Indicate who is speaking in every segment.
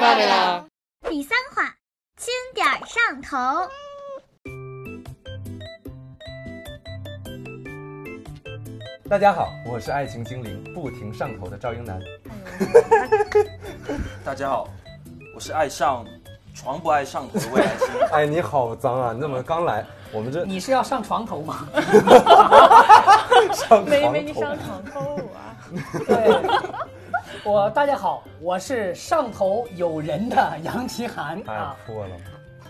Speaker 1: 巴贝拉。
Speaker 2: 第三话，亲点儿上头。
Speaker 3: 大家好，我是爱情精灵不停上头的赵英男。
Speaker 4: 大家好，我是爱上床不爱上头的魏来星。
Speaker 3: 哎，你好脏啊！你 怎么刚来？我们这
Speaker 5: 你是要上床头吗？
Speaker 3: 上
Speaker 1: 没
Speaker 3: 床
Speaker 1: 没，你
Speaker 3: 头
Speaker 1: 上床偷 我啊！
Speaker 5: 对，我大家好，我是上头有人的杨奇涵
Speaker 3: 太
Speaker 5: 啊。
Speaker 3: 哎破了。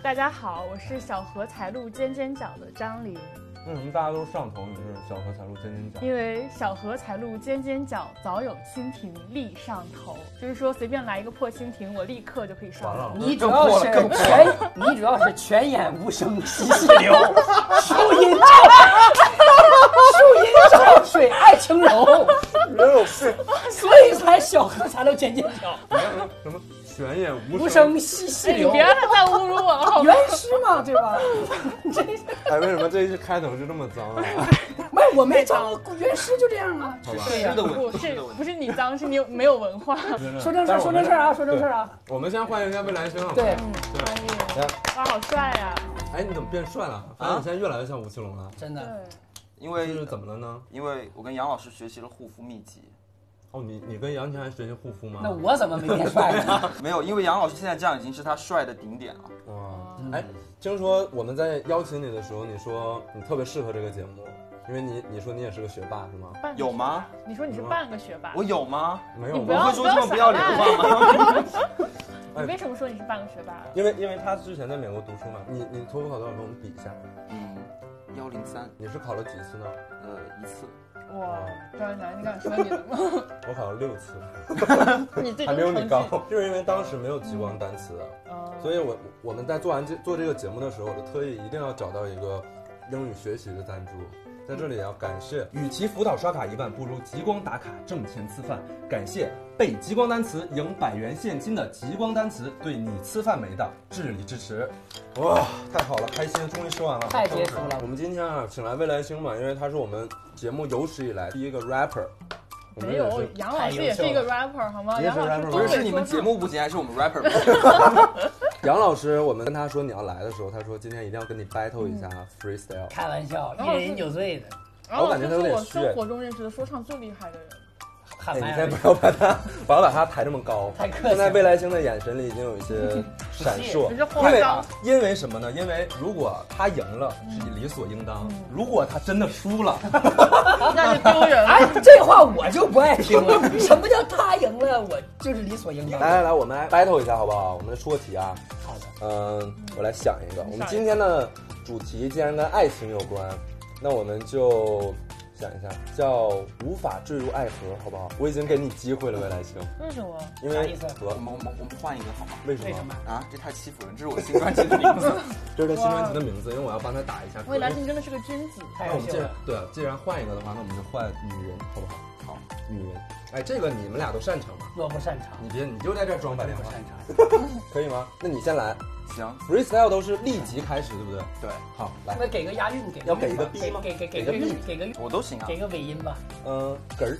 Speaker 1: 大家好，我是小荷才露尖尖角的张琳。
Speaker 3: 为嗯什么大家都上头？你是小荷才露尖尖角？
Speaker 1: 因为小荷才露尖尖角，早有蜻蜓立上头。就是说，随便来一个破蜻蜓，我立刻就可以上
Speaker 3: 完
Speaker 1: 头。
Speaker 5: 你主要是全，你主要是全眼无声惜细流，树阴照，树阴照水爱晴柔，
Speaker 3: 没有是
Speaker 5: 所以才小荷才能尖尖角，
Speaker 3: 什么玄眼
Speaker 5: 无
Speaker 3: 无声？
Speaker 5: 声惜细
Speaker 1: 哎，你
Speaker 5: 流。
Speaker 1: 别让他再侮辱我了，好吗？
Speaker 5: 原诗嘛，对吧？真是，
Speaker 3: 哎，为什么这一期开头就这么脏啊？
Speaker 5: 没有我没招，原诗就这样啊。
Speaker 3: 好吧，
Speaker 5: 对呀、
Speaker 1: 不是不是你脏，是你有没有文化。
Speaker 5: 说正事儿，说正事儿啊，说正事儿啊。
Speaker 3: 我们先欢迎一下魏来 星。
Speaker 5: 对，
Speaker 1: 欢迎，
Speaker 3: 来
Speaker 1: 哇，好帅啊呀！
Speaker 3: 哎，你怎么变帅了？啊，你现在越来越像吴奇隆了。
Speaker 5: 真
Speaker 1: 对
Speaker 5: 的，，
Speaker 4: 因
Speaker 3: 这是
Speaker 4: 为
Speaker 3: 怎么了呢？
Speaker 4: 因为我跟杨老师学习了护肤秘籍，
Speaker 3: 哦，你你跟杨天还学习护肤吗？
Speaker 5: 那我怎么没变帅呢？
Speaker 4: 没有，因为杨老师现在这样已经是他帅的顶点了。
Speaker 3: 哇，哎，听说我们在邀请你的时候，你说你特别适合这个节目，因为你你说你也是个学霸是吗？
Speaker 1: 半个
Speaker 4: 有吗
Speaker 1: 学霸？你说你是半个学霸，
Speaker 4: 我有吗？
Speaker 3: 没
Speaker 1: 你
Speaker 3: 有
Speaker 1: 不
Speaker 4: 我
Speaker 1: 要
Speaker 3: 吧？
Speaker 4: 会说这么不要脸的话吗？
Speaker 1: 你为什么说你是半个学霸？啊
Speaker 3: 因为因为他之前在美国读书嘛，你你托福考多少分？我们比一下，
Speaker 4: 嗯，幺零三，
Speaker 3: 你是考了几次呢？
Speaker 4: 呃，一次。
Speaker 1: 哇，赵云楠，你敢说你的吗？
Speaker 3: 我考了六次，
Speaker 1: 你最
Speaker 3: 还
Speaker 1: 终
Speaker 3: 没有你
Speaker 1: 成绩，
Speaker 3: 高， 就是因为当时没有极光单词，
Speaker 1: 嗯
Speaker 3: 所以我我们在做完这做这个节目的时候，我就特意一定要找到一个英语学习的赞助。在这里也要感谢，与其辅导刷卡一万，不如极光打卡挣钱吃饭。感谢背极光单词赢百元现金的极光单词对你吃饭没的致力支持。哇，太好了，开心，终于吃完了，
Speaker 5: 太解脱了
Speaker 3: 我们今天啊，请来未来星嘛，因为他是我们节目有史以来第一个 rapper。我们
Speaker 1: 没
Speaker 3: 也是
Speaker 1: 有，杨老师也是一个 rapper 好吗？
Speaker 3: 你也
Speaker 1: 杨
Speaker 3: 是
Speaker 1: 老师东
Speaker 3: rapper 吗
Speaker 4: 不
Speaker 1: 北
Speaker 4: 是你们
Speaker 1: 说
Speaker 4: 节
Speaker 1: 唱
Speaker 4: 目不行，还是我们 rapper 不行
Speaker 3: 杨老师，我们跟他说你要来的时候，他说今天一定要跟你 battle 一下
Speaker 5: 嗯
Speaker 3: freestyle。
Speaker 5: 开玩笑，
Speaker 1: 然后
Speaker 5: 一
Speaker 1: 是
Speaker 5: 人有罪的。
Speaker 1: 然后
Speaker 3: 我感觉
Speaker 1: 是
Speaker 3: 他有点
Speaker 1: 我
Speaker 3: 虚哎
Speaker 1: 生活中认识的说唱最厉害的人。
Speaker 5: 喊
Speaker 3: 哎，你
Speaker 5: 麦
Speaker 3: 先
Speaker 5: 而已
Speaker 3: 不要把他， 不要把他抬这么高。
Speaker 5: 太客气了
Speaker 3: 现在未来星的眼神里已经有一些闪烁，
Speaker 1: 你
Speaker 3: 因
Speaker 1: 这话
Speaker 3: 为
Speaker 1: 脏
Speaker 3: 因为什么呢？因为如果他赢了是理所应当，
Speaker 5: 嗯
Speaker 3: 如果他真的输 了，
Speaker 1: 那就丢人了。
Speaker 5: 哎，这话我就不爱听 了。什么叫他赢了，我就是理所应当
Speaker 3: 来来来，我们来 battle 一下好不好？我们出个题啊，
Speaker 5: 好的，
Speaker 3: 嗯，我来想一个。我
Speaker 1: 想一
Speaker 3: 们
Speaker 1: 个
Speaker 3: 今天的主题既然跟爱情有关，那我们就想一下，叫无法坠入爱河，好不好？我已经给你机会了，未来星，
Speaker 1: 为什么？
Speaker 3: 因
Speaker 5: 啥
Speaker 3: 为
Speaker 5: 意思
Speaker 3: 和
Speaker 4: 我们我们我们换一个好吗？
Speaker 3: 为什
Speaker 5: 为什
Speaker 3: 么
Speaker 5: 么？？
Speaker 4: 啊，这太欺负人，这是我新专辑的名字。
Speaker 3: 这是他新专辑的名字，因为我要帮他打一下。
Speaker 1: 未来星真的是个君子。
Speaker 5: 太
Speaker 3: 那我
Speaker 5: 优
Speaker 3: 们
Speaker 5: 秀
Speaker 3: 既然
Speaker 5: 了。
Speaker 3: 对，既然换一个的话，那我们就换女人，好不好？
Speaker 4: 好，
Speaker 3: 女人。哎，这个你们俩都擅长吗？
Speaker 5: 我不擅长，
Speaker 3: 你别，你就在这儿装白
Speaker 5: 我
Speaker 3: 莲
Speaker 5: 不
Speaker 3: 花
Speaker 5: 擅， 长。
Speaker 3: 可以吗？那你先来
Speaker 4: 行，
Speaker 3: ，freestyle 都是立即开始，对不对？
Speaker 4: 对
Speaker 3: 好，来，
Speaker 5: 那给个押韵，给
Speaker 3: 要给个
Speaker 5: 韵吧
Speaker 3: B 吗
Speaker 5: 给给给
Speaker 3: 给个
Speaker 5: 给
Speaker 3: B
Speaker 5: 给个韵
Speaker 4: 我都行啊
Speaker 5: 给。个尾音吧。
Speaker 3: 嗯，哏 儿，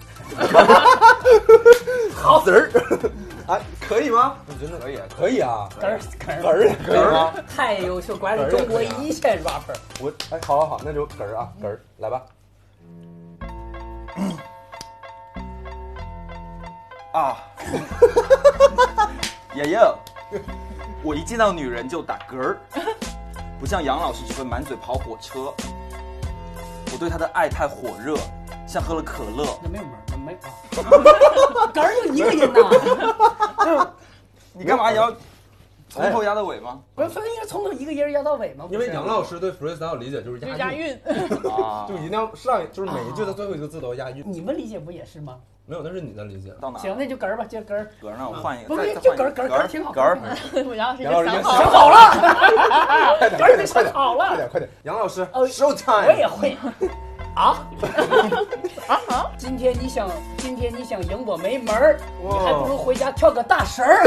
Speaker 5: 好，
Speaker 3: 嘚儿，哎，可以吗？我觉得
Speaker 4: 可以啊
Speaker 3: 可以啊，
Speaker 5: 哏儿哏
Speaker 3: 哏儿也可以吗？
Speaker 5: 太优秀，果然是中国一线 rapper。
Speaker 3: 我，哎，好好好，那就哏儿啊，哏儿，来吧。
Speaker 4: 啊， 爷爷，我一见到女人就打嗝儿，不像杨老师只会满嘴跑火车。我对她的爱太火热，像喝了可乐。
Speaker 5: 那没有门儿，那没有啊。 哏儿就一个音呐，
Speaker 4: 你干嘛也要从头压到尾吗？
Speaker 5: 不是，所以应该从头一个音儿压到尾吗？
Speaker 3: 因为杨老师对 freestyle 理解就是
Speaker 1: 就
Speaker 3: 押
Speaker 1: 押
Speaker 3: 韵，
Speaker 1: 韵，
Speaker 4: 啊
Speaker 3: 哎就，一定要上，就是每一句的最后一个字都要押韵。
Speaker 5: 你们理解不也是吗？
Speaker 3: 没有，那是你的理解。
Speaker 4: 到哪？
Speaker 5: 行，那就哏儿吧，接着哏儿。
Speaker 4: 嗝儿呢？我换一个，
Speaker 5: 不
Speaker 4: 再
Speaker 5: 是
Speaker 4: 再
Speaker 5: 就
Speaker 4: 换一个
Speaker 5: 嗝儿嗝儿
Speaker 4: 嗝
Speaker 5: 嗝儿挺好
Speaker 4: 嗝儿
Speaker 5: 挺好
Speaker 1: 我 杨老师已
Speaker 3: 杨老
Speaker 1: 经
Speaker 3: 师
Speaker 1: 想
Speaker 3: 已经
Speaker 1: 好了。
Speaker 3: 想
Speaker 5: 好了，
Speaker 3: 快点，
Speaker 5: 哏儿
Speaker 3: 快
Speaker 5: 你
Speaker 3: 点，快
Speaker 5: 想
Speaker 3: 点，
Speaker 5: 好
Speaker 3: 快
Speaker 5: 了，
Speaker 3: 点，快点！杨老师
Speaker 5: 哦
Speaker 3: ，show
Speaker 5: 我也
Speaker 3: time！
Speaker 5: 会。 啊啊！今天你想，今天你想赢我没门
Speaker 3: 哦
Speaker 5: 儿，你还不如回家跳个大神儿。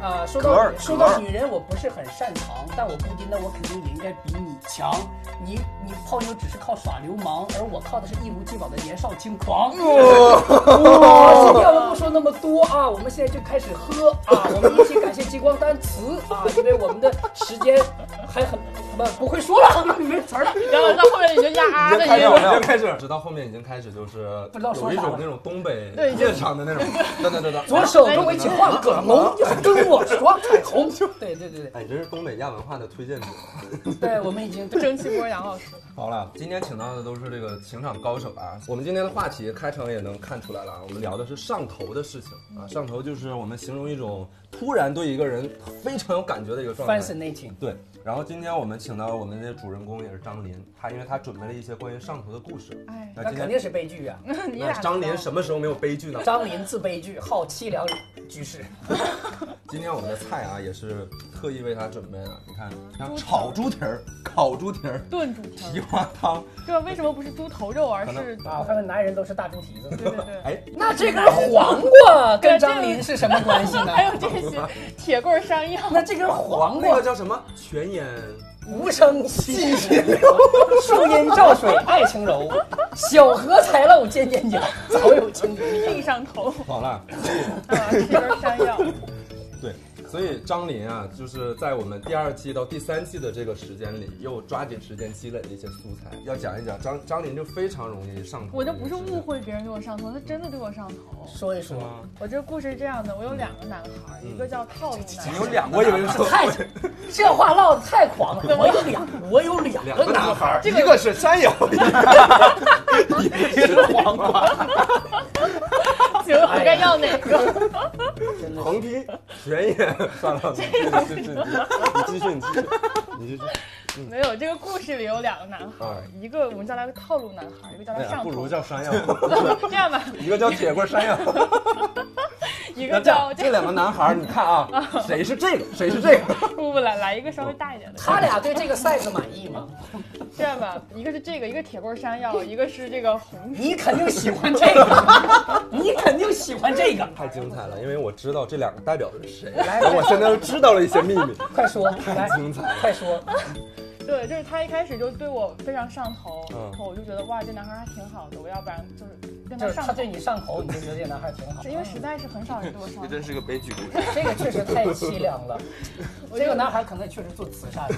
Speaker 5: 呃，说
Speaker 4: 格
Speaker 5: 到
Speaker 4: 儿
Speaker 5: 说
Speaker 4: 格
Speaker 5: 到
Speaker 4: 儿
Speaker 5: 女人，我不是很擅长，但我估计那我肯定也应该比你强。你你泡妞只是靠耍流氓，而我靠的是一如既往的年少轻狂。哦好，今天我们不说那么多啊，我们现在就开始喝 啊，我们一起感谢极光单词啊，因为我们的时间还很不不会说了， 没词儿了。
Speaker 1: 然后到后面你就呀啊的
Speaker 4: 开始
Speaker 1: 音
Speaker 4: 了
Speaker 1: 了。
Speaker 3: 已经开始，直到后面已经开始就是
Speaker 5: 不知道说
Speaker 3: 有一
Speaker 5: 啥
Speaker 3: 种
Speaker 5: 了
Speaker 3: 那种东北
Speaker 1: 对已经
Speaker 3: 夜场的那种，哒哒哒哒。
Speaker 5: 左手跟我一起画葛龙，右手跟我耍彩虹。对对对
Speaker 3: 哎，真是东北亚文化的推荐者。
Speaker 5: 对，对我们已经
Speaker 1: 蒸汽波杨老 师，
Speaker 3: 好了，今天请到的都是这个情场高手啊。我们今天的话题开场也能看出来了啊，我们聊的是上头的事情啊。上头就是我们形容一种突然对一个人非常有感觉的一个
Speaker 5: 啊
Speaker 3: 状态。
Speaker 5: fascinating。
Speaker 3: 对，然后今天我们请到我们的主人公也是张琳，她因为她准备了一些关于上头的故事。
Speaker 1: 哎，
Speaker 3: 那
Speaker 5: 那
Speaker 3: 今
Speaker 5: 肯
Speaker 3: 天
Speaker 5: 定是悲剧啊！
Speaker 1: 你
Speaker 3: 那
Speaker 1: 俩
Speaker 3: 张琳什么时候没有悲剧呢？
Speaker 5: 张琳自悲剧，好凄凉居士。
Speaker 3: 今天我们的菜啊也是特意为她准备的，你看，像炒猪蹄儿、烤猪蹄儿、
Speaker 1: 炖猪
Speaker 3: 蹄
Speaker 1: 蹄儿，
Speaker 3: 花汤，
Speaker 1: 这为什么不是猪头肉，而
Speaker 3: 可能
Speaker 1: 是
Speaker 5: 啊，我看看男人都是大猪蹄子。
Speaker 1: 对对 对。
Speaker 3: 哎，
Speaker 5: 那这根黄瓜跟
Speaker 1: 对这个
Speaker 5: 张琳是什么关系呢？
Speaker 1: 还有这些 铁棍儿上药，
Speaker 5: 那这根黄
Speaker 3: 那
Speaker 5: 瓜
Speaker 3: 个叫什么泉眼
Speaker 5: 无声细雨流，树阴照水爱晴柔，小荷才露尖尖角，早有情敌。
Speaker 1: 立上 头
Speaker 3: 好了。
Speaker 1: 啊，铁棍儿上药，
Speaker 3: 对，所以张琳啊，就是在我们第二季到第三季的这个时间里，又抓紧时间积累了一些素材，要讲一讲张张琳就非常容易上头。
Speaker 1: 我就不是误，会别人对我上头，他真的对我上头。
Speaker 5: 说一
Speaker 3: 是
Speaker 5: 说，
Speaker 3: 吗？
Speaker 1: 我这故事是这样的，我有两个男孩儿，一个叫套路男
Speaker 4: 你
Speaker 1: 孩
Speaker 4: 有
Speaker 1: 儿，
Speaker 4: 两个，
Speaker 3: 我以为是
Speaker 5: 太这话唠的太狂了。我有两，我有两
Speaker 3: 两
Speaker 5: 个
Speaker 3: 个男
Speaker 5: 男
Speaker 3: 孩
Speaker 5: 孩
Speaker 3: 儿
Speaker 5: 儿，
Speaker 3: 这
Speaker 1: 个
Speaker 3: 一个是山羊，一个
Speaker 4: 是黄瓜。
Speaker 5: 嗯
Speaker 1: 行，我该要哪
Speaker 5: 哎
Speaker 1: 个？
Speaker 5: 真的
Speaker 3: 横批全眼。算了，你继续，你继续，你继续，你继续。
Speaker 1: 没有，这个故事里有两个男孩儿，一个我们叫他套路男孩儿，一个叫
Speaker 5: 哎
Speaker 1: 他
Speaker 3: 那
Speaker 1: 上
Speaker 3: 哎不如
Speaker 1: 头。
Speaker 3: 叫山羊，
Speaker 1: 这样吧，
Speaker 3: 一个叫铁棍山羊。
Speaker 1: 一
Speaker 3: 那
Speaker 1: 个
Speaker 3: 这样
Speaker 1: 叫
Speaker 3: 这两个男孩儿，你看 啊，谁是这个，谁是这个？
Speaker 1: 不不来来一个稍微大一点的。
Speaker 5: 他俩对这个 size 满意吗？嗯
Speaker 1: 这样吧，一个是这个，一个铁棍儿山药，一个是这个红
Speaker 5: 你肯定喜欢这 个，你肯定喜欢这个。
Speaker 3: 太精彩了，因为我知道这两个代表的是谁，
Speaker 5: 来
Speaker 3: 然后我现在又知道了一些秘密。
Speaker 5: 快说，来，
Speaker 3: 精彩
Speaker 5: 快说，
Speaker 1: 对，就是他一开始就对我非常上头，
Speaker 3: 嗯
Speaker 1: 然后我就觉得哇，这男孩还挺好的，我要不然就是跟
Speaker 5: 就
Speaker 1: 他
Speaker 5: 是
Speaker 1: 上
Speaker 5: 他
Speaker 1: 头。
Speaker 5: 对你上头，你就觉得这男孩挺好
Speaker 1: 是。因为实在是很少人对我上
Speaker 4: 这
Speaker 1: 头
Speaker 5: 嗯
Speaker 4: 真，是个悲剧故事。
Speaker 5: 这个确实太凄凉 了。这个男孩可能确实做慈善的，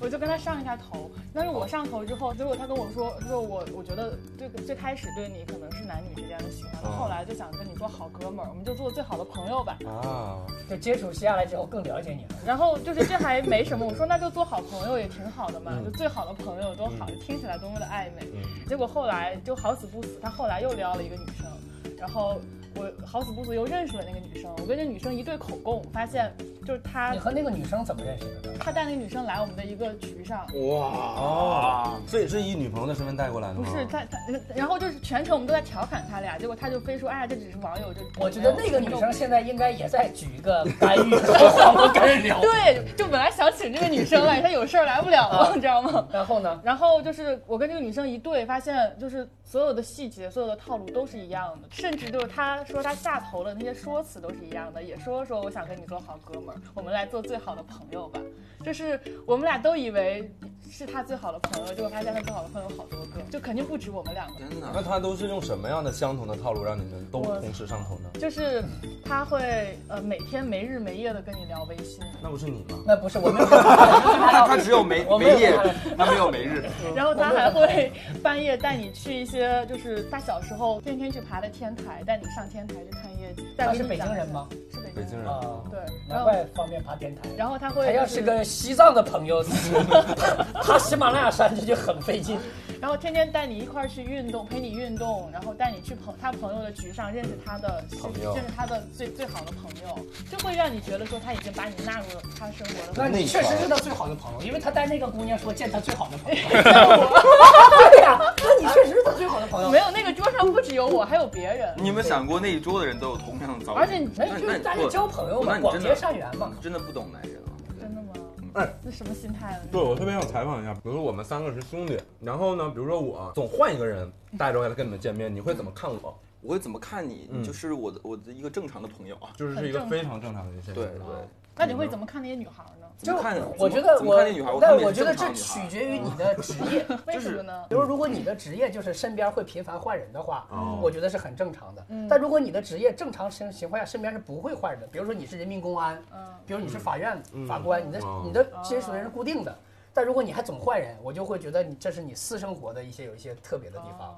Speaker 1: 我就跟他上一下头。但是我上头之后，结果他跟我说，说我我觉得最最开始对你可能是男女之间的喜欢，
Speaker 3: 嗯
Speaker 1: 后来就想跟你做好哥们儿，我们就做最好的朋友吧。
Speaker 3: 啊，
Speaker 5: 就接触下来之后更了解你了。
Speaker 1: 然后就是这还没什么，我说那就做好朋友也挺好的嘛，就最好的朋友多好，听起来多么的暧昧。
Speaker 3: 嗯。
Speaker 1: 结果后来就好死不死，他后来又撩了一个女生，然后我好死不死又认识了那个女生。我跟那女生一对口供，发现就是他
Speaker 5: 你，和那个女生怎么认识的呢？
Speaker 1: 他带那个女生来我们的一个局上，
Speaker 3: 哦
Speaker 4: 啊
Speaker 3: 哇所以是以女朋友的身份带过来的
Speaker 1: 不
Speaker 3: 吗？
Speaker 5: 哦
Speaker 1: 是他他，然后就是全程我们都在调侃他俩，结果他就非说哎呀这只是网友，就
Speaker 5: 我觉得那个女
Speaker 1: 没有
Speaker 5: 生现在应该也在举一个干预，说 话不跟人聊。
Speaker 1: 对，就本来想请这个女生来，她有事儿来不了
Speaker 5: 啊
Speaker 1: 了，你知道吗？
Speaker 5: 然后呢？
Speaker 1: 然后就是我跟这个女生一对，发现就是所有的细节、所有的套路都是一样的，甚至就是她说她下头了那些说辞都是一样的，也说说我想跟你做好哥们儿，我们来做最好的朋友吧。就是我们俩都以为是她最好的朋友，结果发现她最好的朋友有好多个，就肯定不止我们两个。
Speaker 4: 天哪！
Speaker 3: 那他都是用什么样的相同的套路让你们都
Speaker 1: 我
Speaker 3: 同时上头呢？
Speaker 1: 就是她会呃每天没日没夜的跟你聊微信，
Speaker 3: 那不是你吗？
Speaker 5: 那不是我没有看到，
Speaker 4: 他只有没
Speaker 5: 我没
Speaker 4: 没
Speaker 5: 有
Speaker 4: 夜
Speaker 5: 看到，
Speaker 4: 他没有没日。
Speaker 5: 嗯
Speaker 1: 然后他还会 半夜带你去一些，就是他小时候天天去爬的天台，带你上天台去看夜景。带
Speaker 5: 他
Speaker 1: 你
Speaker 5: 是
Speaker 1: 去
Speaker 5: 北
Speaker 1: 讲
Speaker 5: 京人
Speaker 1: 一下
Speaker 5: 吗？？
Speaker 1: 是北
Speaker 3: 北京
Speaker 1: 京人。
Speaker 3: 人，
Speaker 5: 啊，
Speaker 1: 对，然
Speaker 5: 难
Speaker 1: 后
Speaker 5: 怪方便爬天台。
Speaker 1: 然后他会、
Speaker 5: 他要是，个西藏的朋 友， 爬喜马拉雅山这就很费劲。
Speaker 1: 然后天天带你一块儿去运动，陪你运动，然后带你去朋他朋友的局上认识他的
Speaker 3: 朋友
Speaker 1: 认识他的最最好的朋友，就会让你觉得说他已经把你纳入了他生活的。
Speaker 5: 那你
Speaker 3: 内
Speaker 5: 确实
Speaker 3: 圈
Speaker 5: 是他最好的朋友，因为他带那个姑娘说见他最好的 朋友。 对呀、那你确实是他最好的朋友。
Speaker 1: 没有，那个桌上不只有我，还有别人。
Speaker 4: 你有没有想过那一桌的人都有同样的遭遇？
Speaker 1: 而且你
Speaker 5: 没有，就是大家交朋友
Speaker 4: 那
Speaker 5: 嘛，
Speaker 4: 你
Speaker 5: 广
Speaker 4: 真的
Speaker 5: 结善缘嘛。
Speaker 4: 真的不懂男人了。
Speaker 5: 嗯
Speaker 1: 真的吗？
Speaker 3: 哎
Speaker 1: 那什么心态啊？
Speaker 3: 对我特别想采访一下，比如说我们三个是兄弟，然后呢，比如说我总换一个人带着我来跟你们见面，你会怎么看我？
Speaker 4: 我会怎么看你？
Speaker 3: 嗯
Speaker 4: 你就是我的我的一个正常的朋友啊。
Speaker 3: 就是是一个非常正常的一个现象。
Speaker 4: 对对，
Speaker 1: 那你会怎么看那些女孩呢？
Speaker 4: 怎
Speaker 5: 就
Speaker 4: 么看？
Speaker 5: 我觉得
Speaker 4: 怎么
Speaker 5: 我
Speaker 4: 看这女孩？我，看
Speaker 5: 但
Speaker 4: 的也
Speaker 5: 我
Speaker 4: 是
Speaker 5: 觉得
Speaker 4: 正
Speaker 5: 这取
Speaker 4: 常的女孩。
Speaker 5: 决于你的职业。
Speaker 1: 为什么呢？
Speaker 5: 比如，如果你的职业就是身边会频繁换人的话，
Speaker 3: 哦
Speaker 5: 我觉得是很正常的。
Speaker 4: 嗯
Speaker 5: 但如果你的职业正常情情况下身边是不会换人的，比如说你是人民公安，
Speaker 1: 嗯，
Speaker 5: 比如你是法院、
Speaker 3: 嗯
Speaker 5: 法官，你的、
Speaker 3: 哦
Speaker 5: 你的亲属人是固定的。但如果你还总换人，我就会觉得你这是你私生活的一些有一些特别的地方。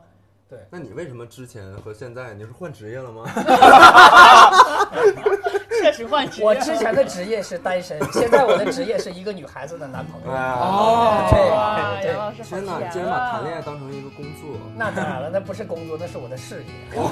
Speaker 3: 那你为什么之前和现在你是换职业了吗？
Speaker 1: 确实换职 业。
Speaker 5: 我之前的职业是单身，现在我的职业是一个女孩子的男朋友。
Speaker 3: 哦
Speaker 1: 哇，
Speaker 5: 对
Speaker 1: 杨老师好
Speaker 3: 天哪，
Speaker 1: 甜
Speaker 3: 竟然把
Speaker 1: 啊
Speaker 3: 谈恋爱当成一个工作，
Speaker 5: 那当然了，那不是工作，那是我的事 业。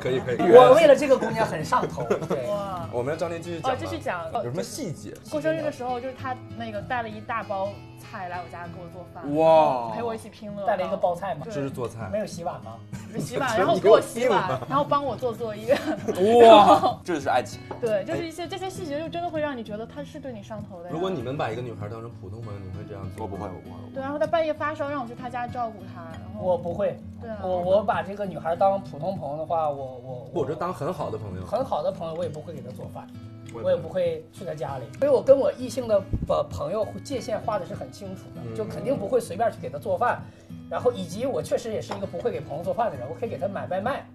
Speaker 3: 可以可以。
Speaker 5: 我为了这个姑娘很上头。对，
Speaker 1: 哇，
Speaker 3: 我们让张琳继续讲
Speaker 1: 哦，
Speaker 3: 吧。
Speaker 1: 继续讲。
Speaker 3: 有什么细节？
Speaker 1: 过生日的时候，就是他那个带了一大包菜来我家给我做饭，
Speaker 4: 哇
Speaker 1: 陪我一起拼乐高，
Speaker 5: 带了一个包菜嘛，
Speaker 3: 这
Speaker 1: 对
Speaker 3: 是做菜
Speaker 5: 没，有洗碗吗？
Speaker 1: 洗碗，然后给我洗碗，然后帮我做作业。
Speaker 4: 哇，这就是爱情。
Speaker 1: 对，就是一些这些细节，就真的会让你觉得他是对你上头的呀。
Speaker 3: 如果你们把一个女孩当成普通朋友，你会这样做？
Speaker 4: 我不会，我不会。我不
Speaker 1: 对，
Speaker 4: 会
Speaker 1: 然后他半夜发烧，让我去他家照顾他，然后
Speaker 5: 我不会，
Speaker 1: 对啊，
Speaker 5: 我我把这个女孩当普通朋友的话，我我
Speaker 3: 或者当很好的朋友。
Speaker 5: 很好的朋友，我也不会给她做饭，
Speaker 3: 我
Speaker 5: 我也不会去她家里，所以我跟我异性的呃朋友界限画的是很清楚的，就肯定不会随便去给她做饭。然后以及我确实也是一个不会给朋友做饭的人，我可以给她买外卖，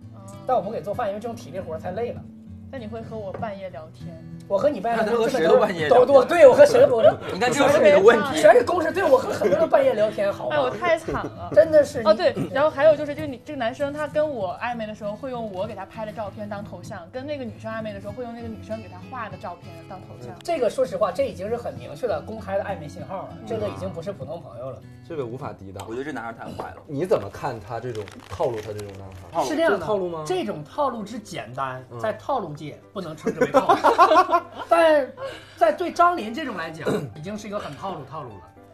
Speaker 5: 但我不给做饭，因为这种体力活儿太累了。
Speaker 1: 但嗯你会和我半夜聊天，
Speaker 5: 我和你半夜
Speaker 4: 他和
Speaker 5: 这个
Speaker 4: 谁都半夜聊
Speaker 5: 都都对我和谁我这
Speaker 4: 你看，这就是你的问题。
Speaker 5: 全是公事，对我和很多人半夜聊天，好
Speaker 1: 哎，我
Speaker 5: 吗？
Speaker 1: 太惨了。
Speaker 5: 真的是
Speaker 1: 哦对，然后还有就是这个女这个男生他跟我暧昧的时候会用我给他拍的照片当头像，跟那个女生暧昧的时候会用那个女生给他画的照片当头像。
Speaker 5: 这个说实话，这已经是很明确的公开的暧昧信号了，这个已经不是普通朋友了。
Speaker 3: 这个无法抵挡
Speaker 4: 我。觉得这男孩太坏了。
Speaker 3: 你怎么看他这种套路？他这种男孩？
Speaker 5: 是这样
Speaker 3: 这
Speaker 5: 的
Speaker 3: 是套路吗
Speaker 5: 这种套路之简单
Speaker 3: 嗯，
Speaker 5: 在套路界不能称之为套路，但在对张琳这种来讲，已经是一个很套路套路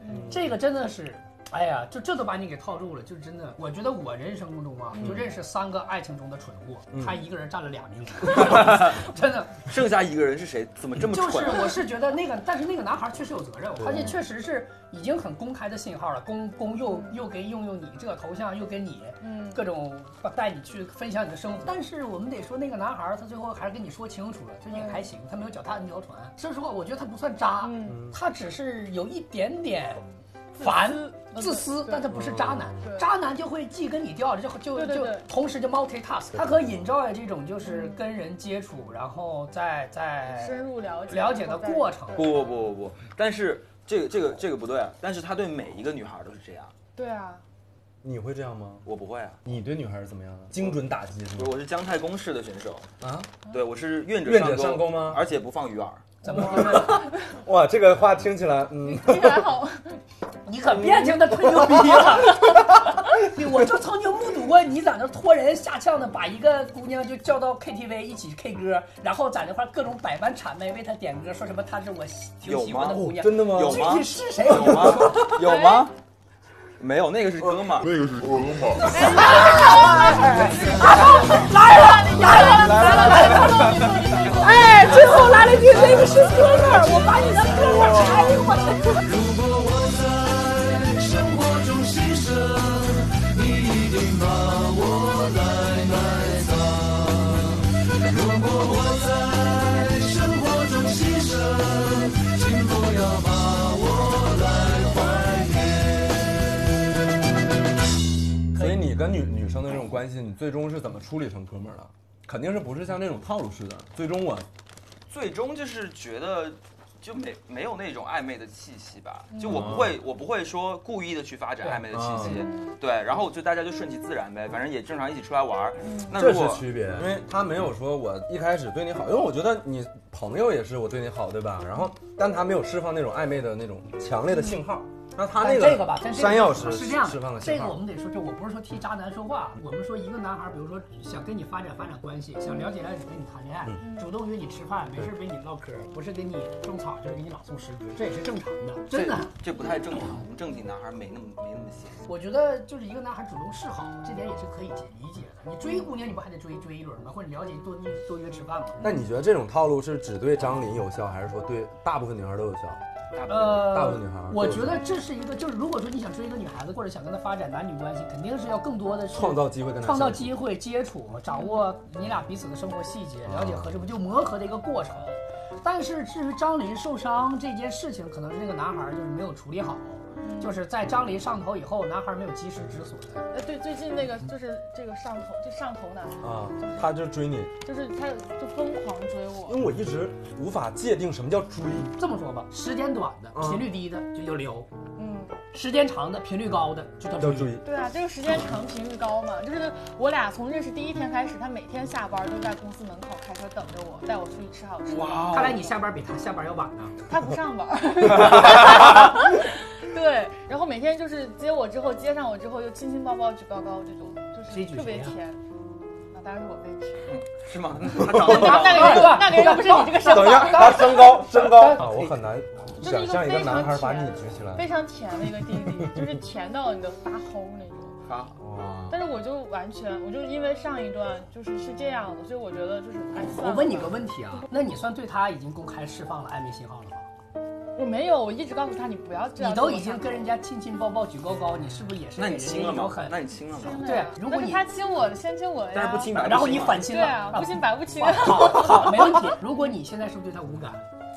Speaker 1: 嗯
Speaker 5: 了。这个真的是，哎呀，就这都把你给套住了，就真的，我觉得我人生中啊，就认识三个爱情中的蠢货，他一个人占了俩名额，真的。
Speaker 4: 剩下一个人是谁？怎么这么
Speaker 5: 就是
Speaker 4: 蠢？啊
Speaker 5: 我是觉得那个，但是那个男孩确实有责任，我发现确实是已经很公开的信号了，公公又又给用用你这个头像，又给你
Speaker 1: 嗯
Speaker 5: 各种带你去分享你的生活。但是我们得说，那个男孩他最后还是跟你说清楚了，就也还行，他没有脚踏两条船。说实话，我觉得他不算渣，
Speaker 1: 嗯，
Speaker 5: 他只是有一点点烦。
Speaker 1: 嗯
Speaker 5: 自私，嗯
Speaker 1: 对
Speaker 5: 但他不是渣男
Speaker 3: 啊
Speaker 1: 对。
Speaker 5: 渣男就会既跟你吊着，就就
Speaker 1: 对对
Speaker 5: 就
Speaker 1: 对
Speaker 5: 同时就 multitask。他和 enjoy 这种就是跟人接触，然后再再
Speaker 1: 深入了解
Speaker 5: 了解的过程
Speaker 1: 对
Speaker 4: 不不不不不，但是这个这个这个不对啊！但是他对每一个女孩都是这样，
Speaker 1: 对啊，
Speaker 3: 你会这样吗？
Speaker 4: 我不会啊。
Speaker 3: 你对女孩是怎么样的？精准打击是
Speaker 4: 不是，我是姜太公式的选手，
Speaker 3: 啊？
Speaker 4: 对我是愿者
Speaker 3: 愿者
Speaker 4: 上钩啊
Speaker 3: 上钩吗
Speaker 4: 而且不放鱼饵。
Speaker 5: 怎么回事？
Speaker 3: 哇，这个话听起来，嗯，
Speaker 1: 听起来好，
Speaker 5: 你可别听他吹牛逼 了。我就曾经目睹过你在那托人下呛的，把一个姑娘就叫到 KTV 一起 K 歌，然后在那块各种百般谄媚，为她点歌，说什么她是我喜挺喜欢的姑娘。
Speaker 3: 哦真的吗？
Speaker 4: 有
Speaker 5: 具
Speaker 4: 吗
Speaker 5: 体是谁？
Speaker 4: 有吗？ 有吗？没有，那个是哥们儿。
Speaker 5: 哎，最后来了一句那个是哥们儿，我把你的哥们儿，哎呦我的。
Speaker 6: 如果我在生活中牺牲，你一定把我来埋葬。如果我在生活中牺牲，请不要把我来怀念。
Speaker 3: 所以你跟女女生的这种关系，你最终是怎么处理成哥们儿的？肯定是不是像这种套路似的？最终我
Speaker 4: 最终就是觉得就没没有那种暧昧的气息吧，就我不会我不会说故意的去发展暧昧的气息，对，然后就大家就顺其自然呗，反正也正常一起出来玩儿。那
Speaker 3: 这
Speaker 4: 如
Speaker 3: 是
Speaker 4: 果
Speaker 3: 区别，因为他没有说我一开始对你好，因为我觉得你朋友也是我对你好，对吧？然后，但他没有释放那种暧昧的那种强烈的信号，那他那
Speaker 5: 但这个吧，但这个
Speaker 3: 山药是
Speaker 5: 是这样
Speaker 3: 释放
Speaker 5: 的
Speaker 3: 了，
Speaker 5: 这
Speaker 3: 信
Speaker 5: 个我
Speaker 3: 号，
Speaker 5: 们得说，这我不是说替渣男说话，我们说一个男孩，比如说想跟你发展发展关系，想了解了解跟你谈恋爱，
Speaker 3: 嗯
Speaker 5: 主动约你吃饭，没事儿陪你唠嗑，不是给你种草就是给你朗诵诗歌，这也是正常的，真的。
Speaker 4: 这不太正常，我们正经男孩没那么没那么闲。
Speaker 5: 我觉得就是一个男孩主动示好，这点也是可以理解的。你追姑娘，你不还得追追一轮吗？或者了解多多约吃饭吗？
Speaker 3: 那你觉得这种套路是只对张琳有效，还是说对大部分女孩都有效？
Speaker 4: 大部分
Speaker 5: 呃，
Speaker 3: 大部分女孩儿
Speaker 5: 我
Speaker 3: 都是
Speaker 5: 觉得这是一个，就是如果说你想追一个女孩子，或者想跟她发展男女关系，肯定是要更多的是
Speaker 3: 创造机会跟她
Speaker 5: 创造
Speaker 3: 相处
Speaker 5: 机会、接触、掌握你俩彼此的生活细节，
Speaker 4: 啊
Speaker 5: 了解合适不就磨合的一个过程。但是至于张琳受伤这件事情，可能是那个男孩儿就是没有处理好，
Speaker 1: 嗯
Speaker 5: 就是在张琳上头以后，男孩儿没有及时止损。
Speaker 1: 呃，对，最近那个就是这个上头，就上头男，
Speaker 3: 啊，他就追你，
Speaker 1: 就是他就疯狂追
Speaker 3: 因
Speaker 1: 我，
Speaker 3: 为我一直无法界定什么叫追，
Speaker 5: 这么说吧，时间短的、
Speaker 3: 嗯
Speaker 5: 频率低的就就留，
Speaker 1: 嗯。
Speaker 5: 时间长的、频率高的就
Speaker 3: 叫
Speaker 5: 叫追
Speaker 3: 追。
Speaker 1: 对啊，这个时间长，频率高嘛，就是我俩从认识第一天开始，他每天下班都在公司门口开车等着我，带我出去吃好吃的。
Speaker 4: 哇哦
Speaker 5: 看来你下班比他下班要晚呢。
Speaker 1: 他不上班。对，然后每天就是接我之后，接上我之后又亲亲抱抱举高高这种，
Speaker 5: 谁
Speaker 1: 就是
Speaker 5: 举
Speaker 1: 特
Speaker 5: 谁
Speaker 1: 别
Speaker 5: 呀
Speaker 1: 甜。啊，当然是我被举。
Speaker 4: 是吗？他长得
Speaker 1: 然后那个人又那个人又不是你这个身
Speaker 3: 等一下，
Speaker 1: 高，
Speaker 3: 他身高身高 啊，我很难
Speaker 1: 就是
Speaker 3: 想
Speaker 1: 一个
Speaker 3: 象一个
Speaker 1: 非常
Speaker 3: 男孩把你
Speaker 1: 甜
Speaker 3: 举起
Speaker 1: 非
Speaker 3: 来。
Speaker 1: 常甜的一个弟弟，就是甜到你的发齁那种。
Speaker 4: 发
Speaker 3: 哇，
Speaker 1: 但是我就完全，我就是因为上一段就是是这样的，所以我觉得就是哎，算
Speaker 5: 我
Speaker 1: 了
Speaker 5: 问你个，问题啊，那你算对他已经公开释放了暧昧信号了吗？
Speaker 1: 我没有，我一直告诉他你不要这样
Speaker 5: 你
Speaker 1: 对
Speaker 5: 都
Speaker 1: 我撒娇。
Speaker 5: 已经跟人家亲亲抱抱举高高，你是不是也是
Speaker 4: 那
Speaker 5: 给
Speaker 4: 你
Speaker 5: 人家
Speaker 4: 亲了
Speaker 5: 一种
Speaker 4: 吗？那
Speaker 5: 很？
Speaker 4: 你亲了吗？
Speaker 1: 对
Speaker 5: 对
Speaker 1: 啊
Speaker 5: 啊，如果
Speaker 1: 但是
Speaker 5: 你
Speaker 1: 他亲我的，先亲我哎呀。
Speaker 4: 但是不亲白不亲嘛。
Speaker 5: 然后你反亲
Speaker 1: 对
Speaker 5: 了，
Speaker 1: 啊，不亲白不亲。
Speaker 5: 好好，没问题。如果你现在是不是对他无感，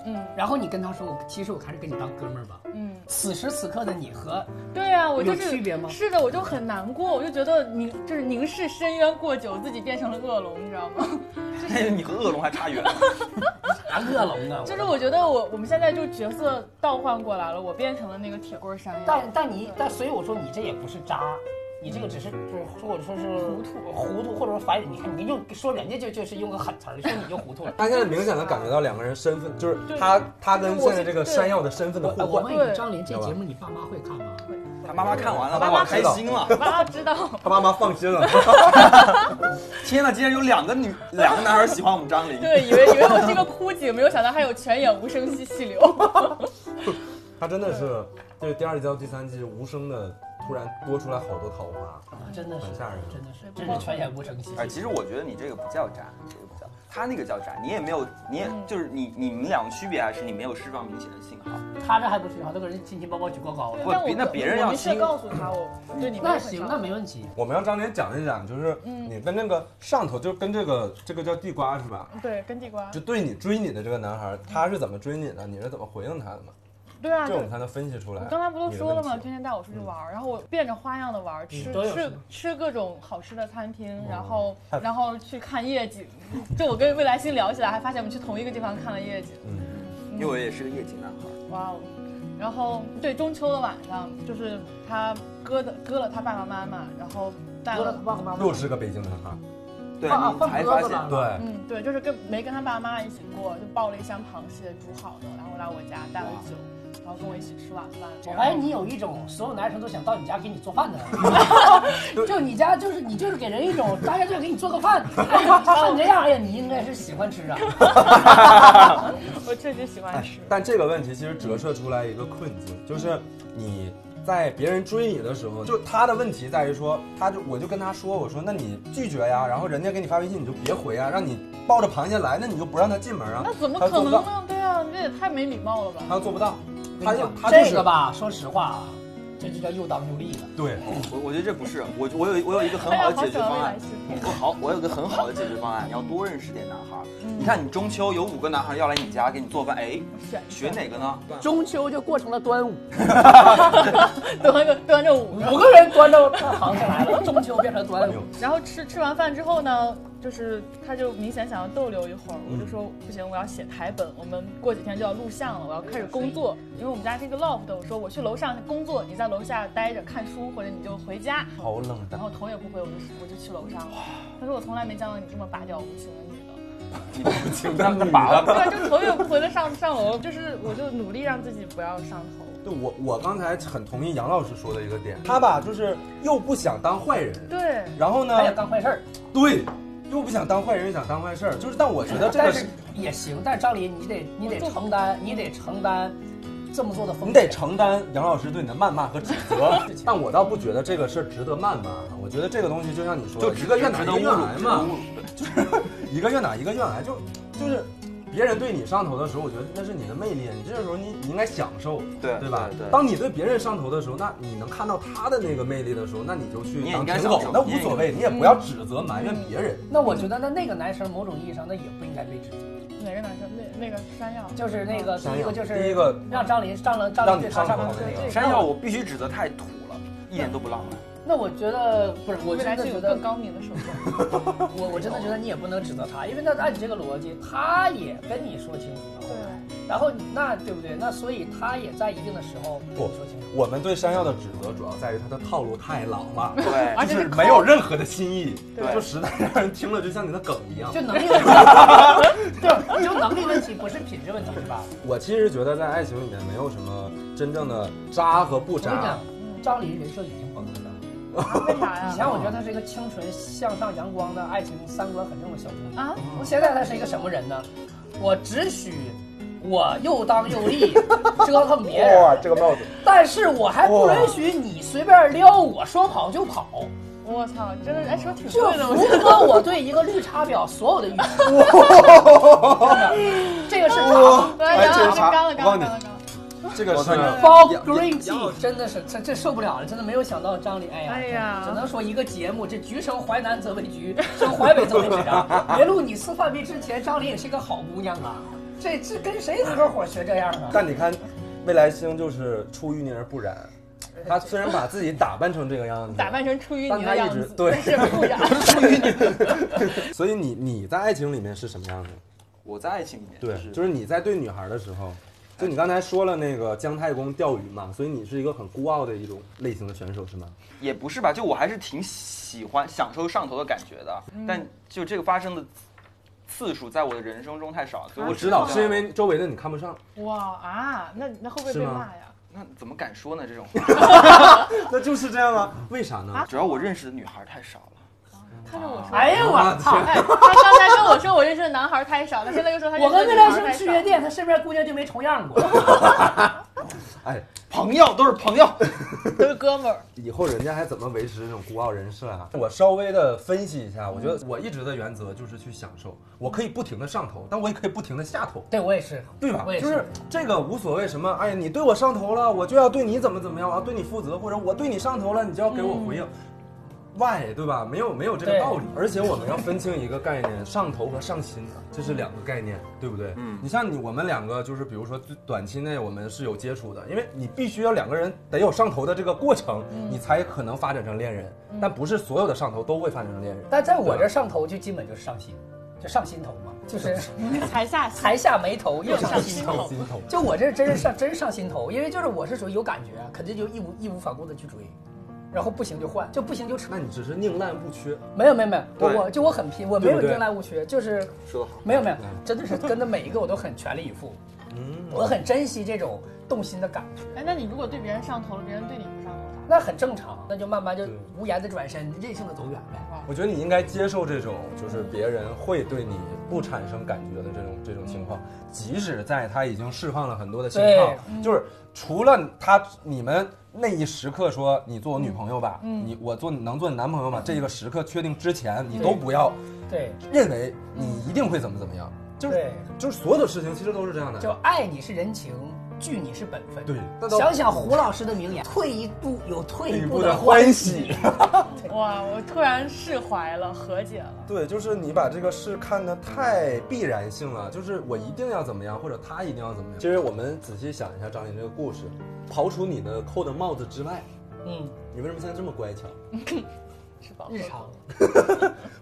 Speaker 1: 嗯
Speaker 5: 然后你跟他说，我其实我还是跟你当哥们儿吧。
Speaker 1: 嗯，
Speaker 5: 此时此刻的你和
Speaker 1: 对啊，我就
Speaker 5: 有
Speaker 1: 是
Speaker 5: 区别吗
Speaker 1: 是的，我就很难过，我就觉得凝就是凝视深渊过久，自己变成了恶龙，你知道吗？
Speaker 4: 那哎你和恶龙还差远了。
Speaker 5: 啥恶龙啊？
Speaker 1: 就是我觉得我我们现在就角色倒换过来了，我变成了那个铁棍山药。
Speaker 5: 但但你但所以我说你这也不是渣，你这个只是就是或者说是糊涂糊涂，或者说反你看你用说人家就就是用个狠词儿，说你就糊 涂了。
Speaker 3: 他现在明显的感觉到两个人身份，就是
Speaker 1: 对
Speaker 3: 他他
Speaker 1: 就是
Speaker 3: 跟
Speaker 1: 我
Speaker 3: 现在
Speaker 1: 是
Speaker 3: 这个
Speaker 1: 对
Speaker 3: 山药的身份的互
Speaker 5: 我
Speaker 3: 换。
Speaker 5: 问你，张琳，这
Speaker 4: 啊
Speaker 5: 节目你爸妈会看吗？
Speaker 4: 他妈妈看完了，
Speaker 3: 他妈
Speaker 4: 爸
Speaker 3: 妈
Speaker 4: 爸开心了。
Speaker 1: 妈妈知道，
Speaker 3: 他妈妈放心了，
Speaker 4: 天哪，竟然有两个女两个男孩喜欢我们张琳。
Speaker 1: 对，以为以为我是一个枯井，没有想到还有泉眼无声惜 细流。
Speaker 3: 他真的是就是第二季到第三季无声的突然多出来好多桃花。
Speaker 5: 啊，真的是
Speaker 3: 很吓人
Speaker 5: 真的是，真是全言不成器。
Speaker 4: 哎，其实我觉得你这个不叫渣，你这个不叫，他那个叫渣，你也没有，你也就是你你们两个区别还是你没有释放明显的信号。
Speaker 5: 他这还不是好多个人亲亲抱抱举高高了。
Speaker 4: 不
Speaker 1: 但我
Speaker 4: 那别人要
Speaker 1: 我没事
Speaker 4: 亲
Speaker 1: 告诉他，我对你没有
Speaker 5: 那
Speaker 1: 很
Speaker 5: 行，
Speaker 1: 伤
Speaker 5: 那没问题。
Speaker 3: 我们让张琳讲一讲，就是
Speaker 5: 嗯
Speaker 3: 你跟那个上头，就是跟这个这个叫地瓜是吧？
Speaker 1: 对，跟地瓜
Speaker 3: 就。对你追你的这个男孩，他是怎么追你的？你是怎么回应他的嘛？
Speaker 1: 对啊，
Speaker 3: 这
Speaker 1: 就
Speaker 3: 种才能分析出来。
Speaker 1: 我刚才不都说了吗？
Speaker 3: 你的问题嗯
Speaker 1: 天天带我出去玩儿，然后我变着花样的玩儿，吃
Speaker 5: 嗯都有
Speaker 1: 吃
Speaker 5: 是吗
Speaker 1: 吃各种好吃的餐厅，然后
Speaker 3: 太
Speaker 1: 然后去看夜景。就我跟未来星聊起来，还发现我们去同一个地方看了夜景。
Speaker 4: 因为我也是个夜景男孩。
Speaker 1: 哇哦！然后对中秋的晚上，就是他割的割了他爸爸妈妈，然后带
Speaker 5: 哥
Speaker 1: 了
Speaker 5: 了，爸爸妈妈
Speaker 3: 又是个北京男孩，
Speaker 4: 对，
Speaker 5: 放啊
Speaker 4: 你
Speaker 5: 放
Speaker 4: 才
Speaker 5: 鸽
Speaker 4: 发
Speaker 5: 子
Speaker 4: 现
Speaker 5: 了。
Speaker 3: 对，
Speaker 1: 嗯对，就是跟没跟他爸妈一起过，就抱了一箱螃蟹煮好的，然后来我家带了酒，然后跟我一起吃晚饭。
Speaker 5: 我发现你有一种所有男生都想到你家给你做饭 的，就你家就是你就是给人一种大家就想给你做个饭，哎呀看你这样，哎呀，你应该是喜欢吃啊。
Speaker 1: 我确实喜欢吃。
Speaker 3: 但这个问题其实折射出来一个困境，就是你在别人追你的时候，就他的问题在于说，他就我就跟他说，我说那你拒绝呀，然后人家给你发微信你就别回啊，让你抱着螃蟹来，那你就不让他进门啊
Speaker 1: 那，怎么
Speaker 3: 他
Speaker 1: 可
Speaker 3: 做不
Speaker 1: 能
Speaker 3: 到，
Speaker 1: 呢？对啊，你这也太没礼貌了吧！
Speaker 3: 他做不到，他就他就
Speaker 5: 这个
Speaker 3: 是
Speaker 5: 吧，说实话啊，这就叫又当又立了。
Speaker 3: 对，
Speaker 4: 我我觉得这不是我我有我有一 个很
Speaker 1: 哎呀
Speaker 4: 好的解决
Speaker 1: 好想
Speaker 4: 方案
Speaker 1: 未来世，
Speaker 4: 我好我有一个很好的解决方案，你要多认识点男孩儿。你看你中秋有五个男孩儿要来你家给你做饭，哎，
Speaker 1: 选
Speaker 4: 选哪个呢？
Speaker 5: 中秋就过成了端午，
Speaker 1: 端个端着五个，
Speaker 5: 五个人端着螃蟹来了，中秋变成
Speaker 3: 哎
Speaker 5: 端午。
Speaker 1: 然后吃吃完饭之后呢，就是他就明显想要逗留一会儿，我
Speaker 4: 嗯
Speaker 1: 就说不行，我要写台本，我们过几天就要录像了，我要开始工作，因为我们家是一个 loft，我说我去楼上工作，你在楼下待着看书，或者你就回家，
Speaker 3: 好冷
Speaker 1: 然
Speaker 3: 淡，
Speaker 1: 后头也不回，我就我就去楼上了。他说我从来没见到你这么拔屌无情的女的。
Speaker 4: 你不清单 拔了
Speaker 1: 对
Speaker 4: 吧。
Speaker 1: 啊，就头也不回的上上楼，就是我就努力让自己不要上头。
Speaker 3: 对我我刚才很同意杨老师说的一个点，他吧就是又不想当坏人，
Speaker 1: 对，
Speaker 3: 然后呢
Speaker 5: 他，哎想干坏事儿，
Speaker 3: 对，又不想当坏人，又想当坏事儿，就是但我觉得这
Speaker 5: 但
Speaker 3: 个
Speaker 5: 是
Speaker 3: 是。
Speaker 5: 也行。但是张琳，你得你得承担，你得承担这么做的风
Speaker 3: 你
Speaker 5: 险。
Speaker 3: 得承担杨老师对你的谩骂和指责， 但我倒不觉得这个事儿值得谩骂。啊我觉得这个东西就像你说的，
Speaker 4: 值
Speaker 3: 一个愿打
Speaker 4: 值
Speaker 3: 一个
Speaker 4: 得
Speaker 3: 愿
Speaker 4: 侮辱
Speaker 3: 挨，
Speaker 4: 值得侮
Speaker 3: 嘛，
Speaker 4: 辱。
Speaker 3: 一个愿打一个愿挨，就就是别人对你上头的时候，我觉得那是你的魅力，你这个时候你你应该享受，
Speaker 4: 对
Speaker 3: 对吧
Speaker 4: 对对
Speaker 3: 当你对别人上头的时候，那你能看到他的那个魅力的时候，那你就去
Speaker 4: 你也
Speaker 3: 当
Speaker 4: 应该嗯
Speaker 3: 舔
Speaker 4: 享
Speaker 3: 狗
Speaker 4: 受，
Speaker 3: 那
Speaker 4: 你
Speaker 3: 无
Speaker 4: 也
Speaker 3: 所
Speaker 4: 应
Speaker 3: 谓，你也不要指责埋怨别人。
Speaker 5: 那我觉得，那那个男生某种意义上，那也不应该被指责。
Speaker 1: 哪个男生？那那个山药，
Speaker 5: 就是那个第
Speaker 3: 山
Speaker 5: 一
Speaker 3: 药
Speaker 5: 个就是
Speaker 3: 啊第一个
Speaker 5: 让张琳上了张
Speaker 3: 让
Speaker 5: 琳
Speaker 3: 你
Speaker 5: 对他上
Speaker 3: 上头
Speaker 5: 头的
Speaker 3: 的那
Speaker 5: 那
Speaker 3: 个
Speaker 5: 个
Speaker 4: 山药我必须指责太土了，一点都不浪漫。
Speaker 5: 那我觉得不是，我
Speaker 1: 未
Speaker 5: 真
Speaker 1: 来
Speaker 5: 的
Speaker 1: 是
Speaker 5: 觉
Speaker 1: 有
Speaker 5: 得
Speaker 1: 更高明的手段。
Speaker 5: 我我真的觉得你也不能指责他，因为那按你这个逻辑，他也跟你说清楚了，
Speaker 1: 对，
Speaker 5: 然后你那对不对？那所以他也在一定的时候跟你
Speaker 3: 不
Speaker 5: 说清楚。
Speaker 3: 我们对山药的指责主要在于他的套路太老 了，
Speaker 4: 对，
Speaker 1: 而
Speaker 3: 就
Speaker 1: 且
Speaker 3: 是
Speaker 1: 是
Speaker 3: 没有任何的新意，
Speaker 4: 对
Speaker 3: 就实在让人听了就像你的梗一样
Speaker 5: 就。能力问 题，对，就能力问题，不是品质问题，是吧？
Speaker 3: 我其实觉得在爱情里面没有什么真正的渣和不
Speaker 5: 我跟你
Speaker 3: 渣哦
Speaker 5: 讲，，张琳人设已经崩了。
Speaker 1: 为啥
Speaker 5: 以
Speaker 1: 呀？
Speaker 5: 前我觉得她是一个清纯向上、阳光的爱情三观很正的小姑娘，
Speaker 1: 啊，
Speaker 5: 现在她是一个什么人呢？我只许我又当又 立，折腾别人，
Speaker 3: 哇，这个帽子，
Speaker 5: 但是我还不允许你随便撩我，说跑就跑，
Speaker 1: 我操，真的，哎，说挺
Speaker 5: 这
Speaker 1: 对的，我觉
Speaker 5: 符合我对一个绿茶婊所有 的预期。真的，这个是茶
Speaker 1: 得。来，
Speaker 3: 哎
Speaker 1: 杨
Speaker 3: 这个
Speaker 1: 老师
Speaker 3: 啥
Speaker 1: 刚了，刚了，刚了，
Speaker 3: 忘你
Speaker 1: 刚了。
Speaker 3: 这个
Speaker 4: 我
Speaker 3: 是
Speaker 4: 看看
Speaker 5: Fall
Speaker 3: 杨
Speaker 5: Green Tea 真的是这这受不了了，真的没有想到张琳，哎呀，
Speaker 1: 哎呀
Speaker 5: 只能说一个节目，这局生淮南则为局，生淮北则为局 啊。别录你吃饭没之前，张琳也是个好姑娘啊，这这跟谁合伙学这样 啊？
Speaker 3: 但你看，未来星就是出淤泥而不染，他虽然把自己打扮成这个样子，
Speaker 1: 打扮成出淤
Speaker 3: 但
Speaker 1: 泥
Speaker 3: 他
Speaker 1: 的
Speaker 3: 一
Speaker 1: 样
Speaker 3: 直
Speaker 1: 子，
Speaker 3: 对
Speaker 1: 但是不 染。
Speaker 3: 所以你你在爱情里面是什么样的？
Speaker 4: 我在爱情里面
Speaker 3: 对，
Speaker 4: 就是
Speaker 3: 就是你在对女孩的时候，就你刚才说了那个姜太公钓鱼嘛，所以你是一个很孤傲的一种类型的选手是吗？
Speaker 4: 也不是吧，就我还是挺喜欢享受上头的感觉的，但就这个发生的次数在我的人生中太少，所以
Speaker 1: 啊
Speaker 4: 我
Speaker 3: 我
Speaker 4: 只
Speaker 3: 知
Speaker 1: 知
Speaker 3: 道
Speaker 1: 道
Speaker 4: 能
Speaker 3: 是因为周围的你看不上，
Speaker 1: 哇啊，那那会不会
Speaker 3: 是
Speaker 1: 被
Speaker 3: 吗
Speaker 1: 骂呀？
Speaker 4: 那怎么敢说呢？这种 话，
Speaker 3: 那就是这样啊？为啥呢？
Speaker 4: 主要我认识的女孩太少了。
Speaker 1: 他跟我说，
Speaker 5: 哎呀我操！
Speaker 1: 哎，他刚才跟我说我认识的男孩儿太少，他现在又说他
Speaker 5: 我
Speaker 1: 认识
Speaker 5: 跟
Speaker 1: 的
Speaker 5: 魏来
Speaker 1: 女孩儿
Speaker 5: 生
Speaker 1: 太
Speaker 5: 去
Speaker 1: 少。
Speaker 5: 夜店，他身边姑娘就没重样过。
Speaker 3: 哎，
Speaker 4: 朋友都是朋友，
Speaker 1: 都是哥们 儿，
Speaker 3: 以后人家还怎么维持这种孤傲人设啊？我稍微的分析一下，我觉得我一直的原则就是去享受，我可以不停的上头，但我也可以不停的下头。
Speaker 5: 对我也是，
Speaker 3: 对吧
Speaker 5: 我？也
Speaker 3: 就是这个无所谓什么，哎呀，你对我上头了，我就要对你怎么怎么样，我要对你负责，或者我对你上头了，你就要给我回应。Why 对吧？没有没有这个
Speaker 5: 嗯对
Speaker 3: 道理，而且我们要分清一个概念， 上头和上心，这是两个概念，对不对？
Speaker 4: 嗯
Speaker 3: 你像你我们两个就是，比如说短期内我们是有接触的，因为你必须要两个人得有上头的这个过程，
Speaker 5: 嗯
Speaker 3: 你才可能发展成恋人。但不是所有的上头都会发展成恋人。
Speaker 5: 但在
Speaker 3: 啊
Speaker 5: 我这上头就基本就是上心，就上心头嘛， 就是
Speaker 1: 才下心。
Speaker 5: 才下眉头又上心
Speaker 1: 心
Speaker 5: 头
Speaker 1: 头。
Speaker 3: 心头，
Speaker 5: 就我这真是上 真上心头，因为就是我是属于有感觉，啊肯定就义无义无反顾的去追，然后不行就换，就不行就扯。
Speaker 3: 那你只是宁滥不缺。
Speaker 5: 没有没有没有，
Speaker 4: 对
Speaker 5: 我我就我很拼，我没有
Speaker 3: 对不对
Speaker 5: 宁滥勿缺，就是
Speaker 4: 说得好，
Speaker 5: 没有没有，真的是跟着每一个我都很全力以赴，
Speaker 3: 嗯，
Speaker 5: 我很珍惜这种动心的感觉，
Speaker 1: 哎，那你如果对别人上头了，别人对你不上头咋
Speaker 5: 那很正常，那就慢慢就
Speaker 3: 对
Speaker 5: 无言的转身，任性的走远呗。
Speaker 3: 我觉得你应该接受这种，就是别人会对你不产生感觉的这种这种情况，即使在他已经释放了很多的信号
Speaker 5: 对，
Speaker 3: 就是除了他你们那一时刻说你做我女朋友吧，
Speaker 5: 嗯
Speaker 3: 你我做能做你男朋友吗？这个时刻确定之前，你都不要
Speaker 5: 对
Speaker 3: 认为你一定会怎么怎么样，就是
Speaker 5: 对，
Speaker 3: 就是所有的事情其实都是这样的，
Speaker 5: 就爱你是人情，拒你是本分。
Speaker 3: 对，那都
Speaker 5: 想想胡老师的名言：退一步有退一
Speaker 3: 一
Speaker 5: 步
Speaker 3: 步
Speaker 5: 的
Speaker 3: 的
Speaker 5: 欢
Speaker 3: 欢
Speaker 5: 喜
Speaker 3: 喜。
Speaker 1: 办？哇，我突然释怀了，和解了。
Speaker 3: 对，就是你把这个事看得太必然性了，就是我一定要怎么样，或者他一定要怎么样。其实我们仔细想一下张琳这个故事，刨除你的扣的帽子之外，
Speaker 5: 嗯，
Speaker 3: 你为什么现在这么乖巧？
Speaker 1: 是吧？
Speaker 5: 日常。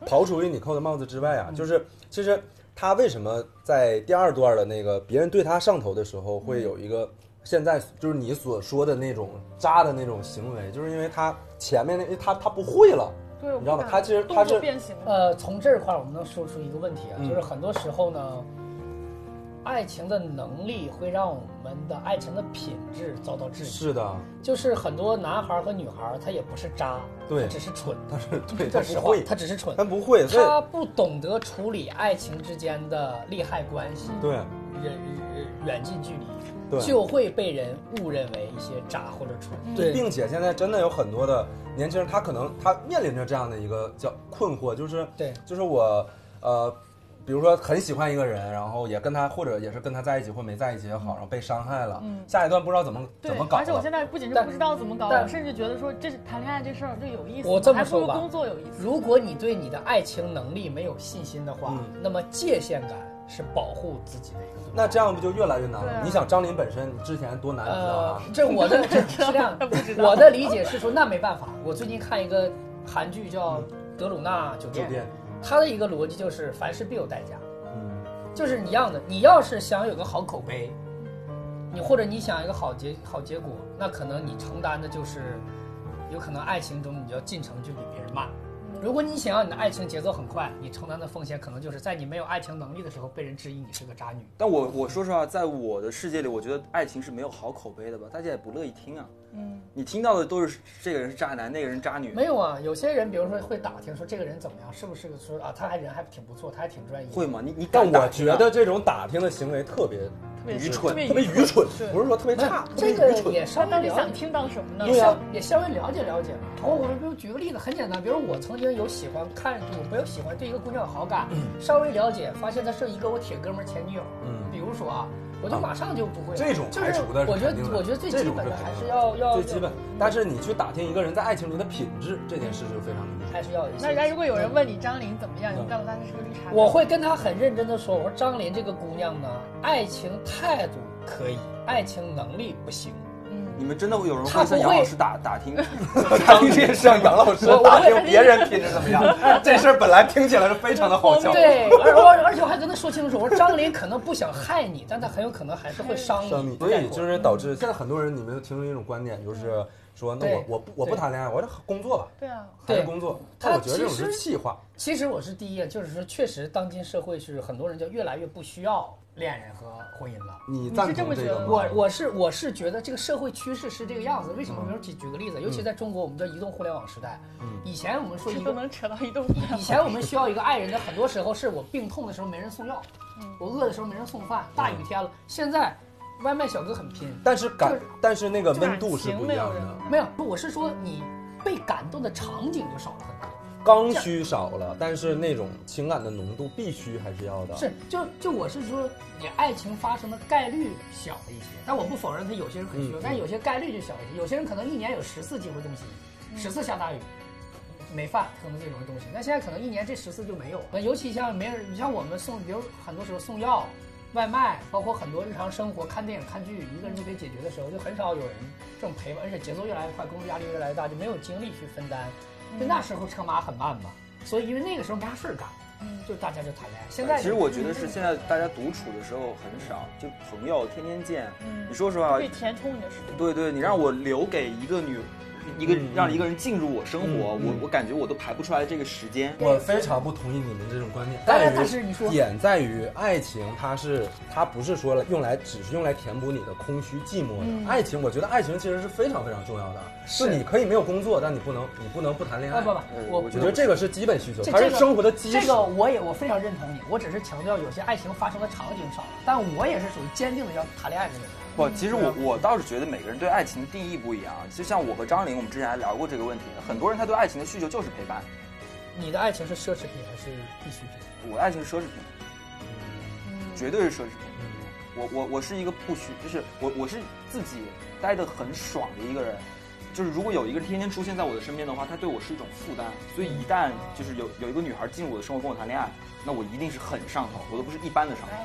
Speaker 3: 刨除于你扣的帽子之外啊，就是其实他为什么在第二段的那个别人对他上头的时候，会有一个现在就是你所说的那种渣的那种行为，就是因为他前面那因为他他不会了，
Speaker 1: 对，我
Speaker 3: 你知道
Speaker 1: 不
Speaker 3: 吗
Speaker 1: 敢
Speaker 3: 他其实
Speaker 1: 动
Speaker 3: 他
Speaker 1: 作
Speaker 3: 是
Speaker 1: 变形了。
Speaker 5: 呃，从这块儿我们能说出一个问题啊，
Speaker 3: 嗯
Speaker 5: 就是很多时候呢，爱情的能力会让我们的爱情的品质遭到质疑。
Speaker 3: 是的，
Speaker 5: 就是很多男孩儿和女孩儿，他也不是渣，
Speaker 3: 对
Speaker 5: 他只是蠢。
Speaker 3: 他是对他
Speaker 5: 这实
Speaker 3: 不
Speaker 5: 话
Speaker 3: 会，，
Speaker 5: 他只是蠢
Speaker 3: 他，不会，所以
Speaker 5: 他不懂得处理爱情之间的利害关系，
Speaker 3: 对
Speaker 5: 人人远近距离，
Speaker 3: 对。
Speaker 5: 就会被人误认为一些渣或者蠢。对
Speaker 3: 嗯并且现在真的有很多的年轻人，他可能他面临着这样的一个叫困惑，就是
Speaker 5: 对
Speaker 3: 就是我呃比如说很喜欢一个人，然后也跟他或者也是跟他在一起或没在一起也好，然后被伤害了，
Speaker 1: 嗯
Speaker 3: 下一段不知道怎么
Speaker 1: 对
Speaker 3: 怎么，搞
Speaker 1: 而且我
Speaker 3: 了
Speaker 1: 现。在不仅是
Speaker 5: 但
Speaker 1: 不知道怎么搞，
Speaker 5: 但
Speaker 1: 我甚至觉得说这是谈恋爱这事儿就有意思，
Speaker 5: 我这么
Speaker 1: 还不如
Speaker 5: 说吧
Speaker 1: 工作有意思。
Speaker 5: 如果你对你的爱情能力没有信心的话，
Speaker 3: 嗯
Speaker 5: 那么界限感是保护自己的一个东西。
Speaker 3: 那这样不就越来越难了？
Speaker 1: 对啊
Speaker 3: 你想张琳本身之前多难，你知道
Speaker 5: 呃
Speaker 3: 吗？，
Speaker 5: 这我 的是这 样，我的理解是说，那没办法。我最近看一个韩剧叫《德鲁纳酒
Speaker 3: 酒
Speaker 5: 店》，
Speaker 3: 店，
Speaker 5: 它的一个逻辑就是凡事必有代价，
Speaker 3: 嗯，
Speaker 5: 就是你样的，你要是想有个好口碑，你或者你想一个好结好结果，那可能你承担的就是，有可能爱情中你就要进程就比别人慢。如果你想要你的爱情节奏很快，你承担的风险可能就是在你没有爱情能力的时候被人质疑你是个渣女。
Speaker 4: 但我我说实话，在我的世界里，我觉得爱情是没有好口碑的吧，大家也不乐意听啊。
Speaker 1: 嗯，
Speaker 4: 你听到的都是这个人是渣男，那个人渣女，
Speaker 5: 没有啊，有些人比如说会打听说这个人怎么样，是不是个说啊，他还人还挺不错，他还挺专一。
Speaker 4: 会吗？你你
Speaker 3: 但
Speaker 4: 敢
Speaker 3: 我
Speaker 4: 打听
Speaker 3: 觉
Speaker 4: 啊
Speaker 3: 得这种打听的行为特别
Speaker 1: 特别
Speaker 4: 愚蠢
Speaker 1: 特别
Speaker 3: 特别愚蠢
Speaker 1: 对，
Speaker 3: 不是说特别差，特别
Speaker 5: 这
Speaker 3: 愚
Speaker 5: 个
Speaker 3: 蠢。
Speaker 5: 也稍
Speaker 1: 他
Speaker 5: 微
Speaker 1: 到底
Speaker 5: 了
Speaker 1: 想
Speaker 5: 解，
Speaker 1: 听到什么呢？
Speaker 5: 也稍也稍微了解了解嘛。我我比如举个例子，很简单，比如我曾经有喜欢看，我没有喜欢对一个姑娘有好感，稍微了解，发现她是一个我铁哥们儿前女友。
Speaker 3: 嗯
Speaker 5: 比如说啊，我就马上就不会了。
Speaker 3: 这种
Speaker 5: 就
Speaker 3: 排
Speaker 5: 是
Speaker 3: 除的是
Speaker 5: 我觉
Speaker 3: 肯定
Speaker 5: 得
Speaker 3: 的
Speaker 5: 我觉得最
Speaker 3: 这
Speaker 5: 基
Speaker 3: 种
Speaker 5: 本
Speaker 3: 是
Speaker 5: 的
Speaker 3: 肯
Speaker 5: 还
Speaker 3: 定
Speaker 5: 是
Speaker 3: 的
Speaker 5: 要要
Speaker 3: 最基本，但是你去打听一个人在爱情中的品质这件事就非常重要。
Speaker 5: 还是要有一些。
Speaker 1: 那人家如果有人问你张琳怎么样，你就告诉他这是个绿茶
Speaker 5: 嗯
Speaker 1: 婊。
Speaker 5: 我会跟她很认真的说，我说张琳这个姑娘呢，爱情态度可 以，爱情能力不行。
Speaker 1: 嗯
Speaker 4: 你们真的会有人
Speaker 5: 他
Speaker 4: 会
Speaker 5: 不
Speaker 4: 像杨老
Speaker 5: 会
Speaker 4: 师打打 听
Speaker 3: 他这也是让杨老师打听别人品质怎么样， 这事儿本来听起来是非常的好笑。
Speaker 5: 对，而而而且我还跟他说清楚，我说张琳可能不想害你，但他很有可能还是会伤
Speaker 3: 伤你，
Speaker 5: 你。
Speaker 3: 所以就是导致现在很多人，你们听出一种观点，就是说，那我
Speaker 5: 对
Speaker 3: 我不我不谈恋爱，我这工作吧，
Speaker 1: 对啊，
Speaker 3: 还是
Speaker 5: 对
Speaker 3: 工作。
Speaker 5: 他
Speaker 3: 但我觉得这种
Speaker 5: 其
Speaker 3: 是
Speaker 5: 实
Speaker 3: 气话，
Speaker 5: 其实我是第一，啊就是说，确实当今社会是很多人就越来越不需要恋人和婚姻了。
Speaker 3: 你赞
Speaker 1: 你是这
Speaker 3: 同
Speaker 1: 么
Speaker 3: 这
Speaker 1: 觉
Speaker 3: 个
Speaker 1: 得
Speaker 3: 吗？
Speaker 1: 吗
Speaker 5: 我我是我是觉得这个社会趋势是这个样子。为什么？比如举举个例子，尤其在中国，我们叫移动互联网时代。以前我们说
Speaker 1: 这
Speaker 5: 一
Speaker 1: 都
Speaker 5: 个
Speaker 1: 能扯到一顿
Speaker 5: 以
Speaker 1: 饭。
Speaker 5: 前我们需要一个爱人的，很多时候是我病痛的时候没人送药，我饿的时候没人送饭，大雨天了。现在外卖小哥很拼，
Speaker 3: 但是感
Speaker 5: 就是，
Speaker 3: 但是那个温
Speaker 1: 感
Speaker 3: 度是
Speaker 1: 情
Speaker 3: 不一
Speaker 1: 没有
Speaker 3: 样
Speaker 1: 人
Speaker 3: 的，
Speaker 5: 没有，我是说你被感动的场景就少了很多。
Speaker 3: 刚需少了，但是那种情感的浓度必须还是要的。
Speaker 5: 是，就就我是说，你爱情发生的概率小了一些，但我不否认它有些人很需要，
Speaker 3: 嗯
Speaker 5: 但有些概率就小一些。有些人可能一年有十次机会动心，十次下大雨。没饭，可能这种东西，但现在可能一年这十次就没有。那尤其像没人，你像我们送，比如很多时候送药、外卖，包括很多日常生活、看电影、看剧，一个人就可以解决的时候，就很少有人这种陪伴，而且节奏越来越快，工作压力越来越大，就没有精力去分担。就那时候车马很慢嘛，所以因为那个时候没啥事儿干，就大家就谈恋爱。现在
Speaker 4: 其实我觉得是现在大家独处的时候很少，就朋友天天见。
Speaker 1: 嗯
Speaker 4: 你说实话
Speaker 1: 可以，填充你的时间。
Speaker 4: 对对，你让我留给一个女，一个
Speaker 3: 嗯嗯
Speaker 4: 让一个人进入我生活，
Speaker 3: 嗯嗯
Speaker 4: 我我感觉我都排不出来这个时间。
Speaker 3: 我非常不同意你们这种观点，
Speaker 5: 当然
Speaker 3: 在于
Speaker 5: 但是你说
Speaker 3: 点在于爱情，它是它不是说了用来只是用来填补你的空虚寂寞的。爱情，我觉得爱情其实是非常非常重要的，
Speaker 5: 嗯是
Speaker 3: 你可以没有工作，但你不能你不能不谈恋
Speaker 5: 啊
Speaker 3: 爱。
Speaker 5: 不不，我
Speaker 4: 我
Speaker 3: 呃我觉得这个是基本需求，
Speaker 5: 这
Speaker 3: 它是
Speaker 5: 这个
Speaker 3: 生活的基
Speaker 5: 这
Speaker 3: 石
Speaker 5: 个。我也我非常认同你，我只是强调有些爱情发生的场景少了，但我也是属于坚定的要谈恋爱的那种人。
Speaker 4: 不，其实
Speaker 5: 啊
Speaker 4: 我我倒是觉得每个人对爱情的定义不一样。啊就像我和张琳，我们之前还聊过这个问题。很多人他对爱情的需求就是陪伴，
Speaker 5: 你的爱情是奢侈品还是必需品？
Speaker 4: 我爱情是奢侈品，绝对是奢侈品。我我我是一个不需，就是我我是自己待的很爽的一个人。就是如果有一个人天天出现在我的身边的话，他对我是一种负担。所以一旦就是有有一个女孩进入我的生活跟我谈恋爱，那我一定是很上头，我都不是一般的上头。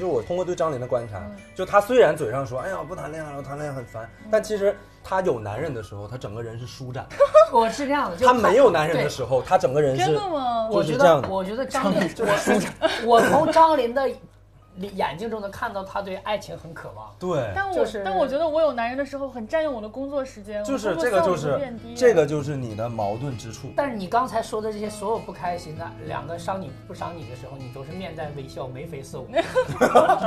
Speaker 3: 就是我通过对张琳的观察，
Speaker 5: 嗯
Speaker 3: 就她虽然嘴上说“哎呀，我不谈恋爱了，我谈恋爱很烦”，但其实她有男人的时候，她整个人是舒展；
Speaker 5: 我是这样的，就
Speaker 3: 她没有男人
Speaker 5: 对
Speaker 3: 的时候，她整个人
Speaker 1: 真
Speaker 3: 是
Speaker 1: 的吗？
Speaker 5: 我
Speaker 3: 就
Speaker 5: 觉
Speaker 3: 是这样的
Speaker 5: 得，我觉得张琳，我我从张琳的眼睛中能看到她对爱情很渴望。
Speaker 3: 对。
Speaker 1: 但我、
Speaker 5: 就是
Speaker 1: 但我觉得我有男人的时候很占用我的工作时间，
Speaker 3: 就是
Speaker 1: 我的
Speaker 3: 这
Speaker 1: 工
Speaker 3: 个，
Speaker 1: 作
Speaker 3: 就
Speaker 1: 效率会
Speaker 3: 是
Speaker 1: 变低
Speaker 3: 这个，就是你的矛盾之处。
Speaker 5: 但是你刚才说的这些所有不开心的，两个伤你不伤你的时候，你都是面带微笑，眉飞色舞，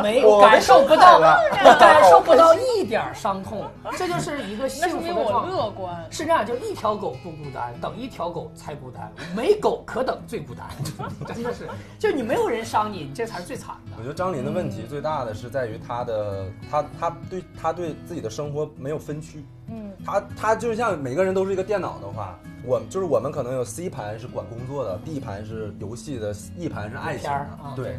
Speaker 5: 没有感受不到，感受不到一点儿伤痛，这就是一个
Speaker 1: 那
Speaker 5: 幸
Speaker 1: 说明
Speaker 5: 福的
Speaker 1: 我
Speaker 5: 状态。
Speaker 1: 乐观。
Speaker 5: 是这样，就一条狗不孤单，等一条狗才孤单，没狗可等最孤单， 真的是，就你没有人伤你，你这才是最惨
Speaker 3: 我
Speaker 5: 的。
Speaker 3: 觉得张琳的问题最大的是在于她的，她她对她对自己的生活没有分区，
Speaker 1: 嗯，
Speaker 3: 它它就是像每个人都是一个电脑的话，我们就是我们可能有 C 盘是管工作的，D 盘是游戏的，E 盘是爱情
Speaker 5: 片儿
Speaker 3: 的
Speaker 5: 啊，
Speaker 3: 对，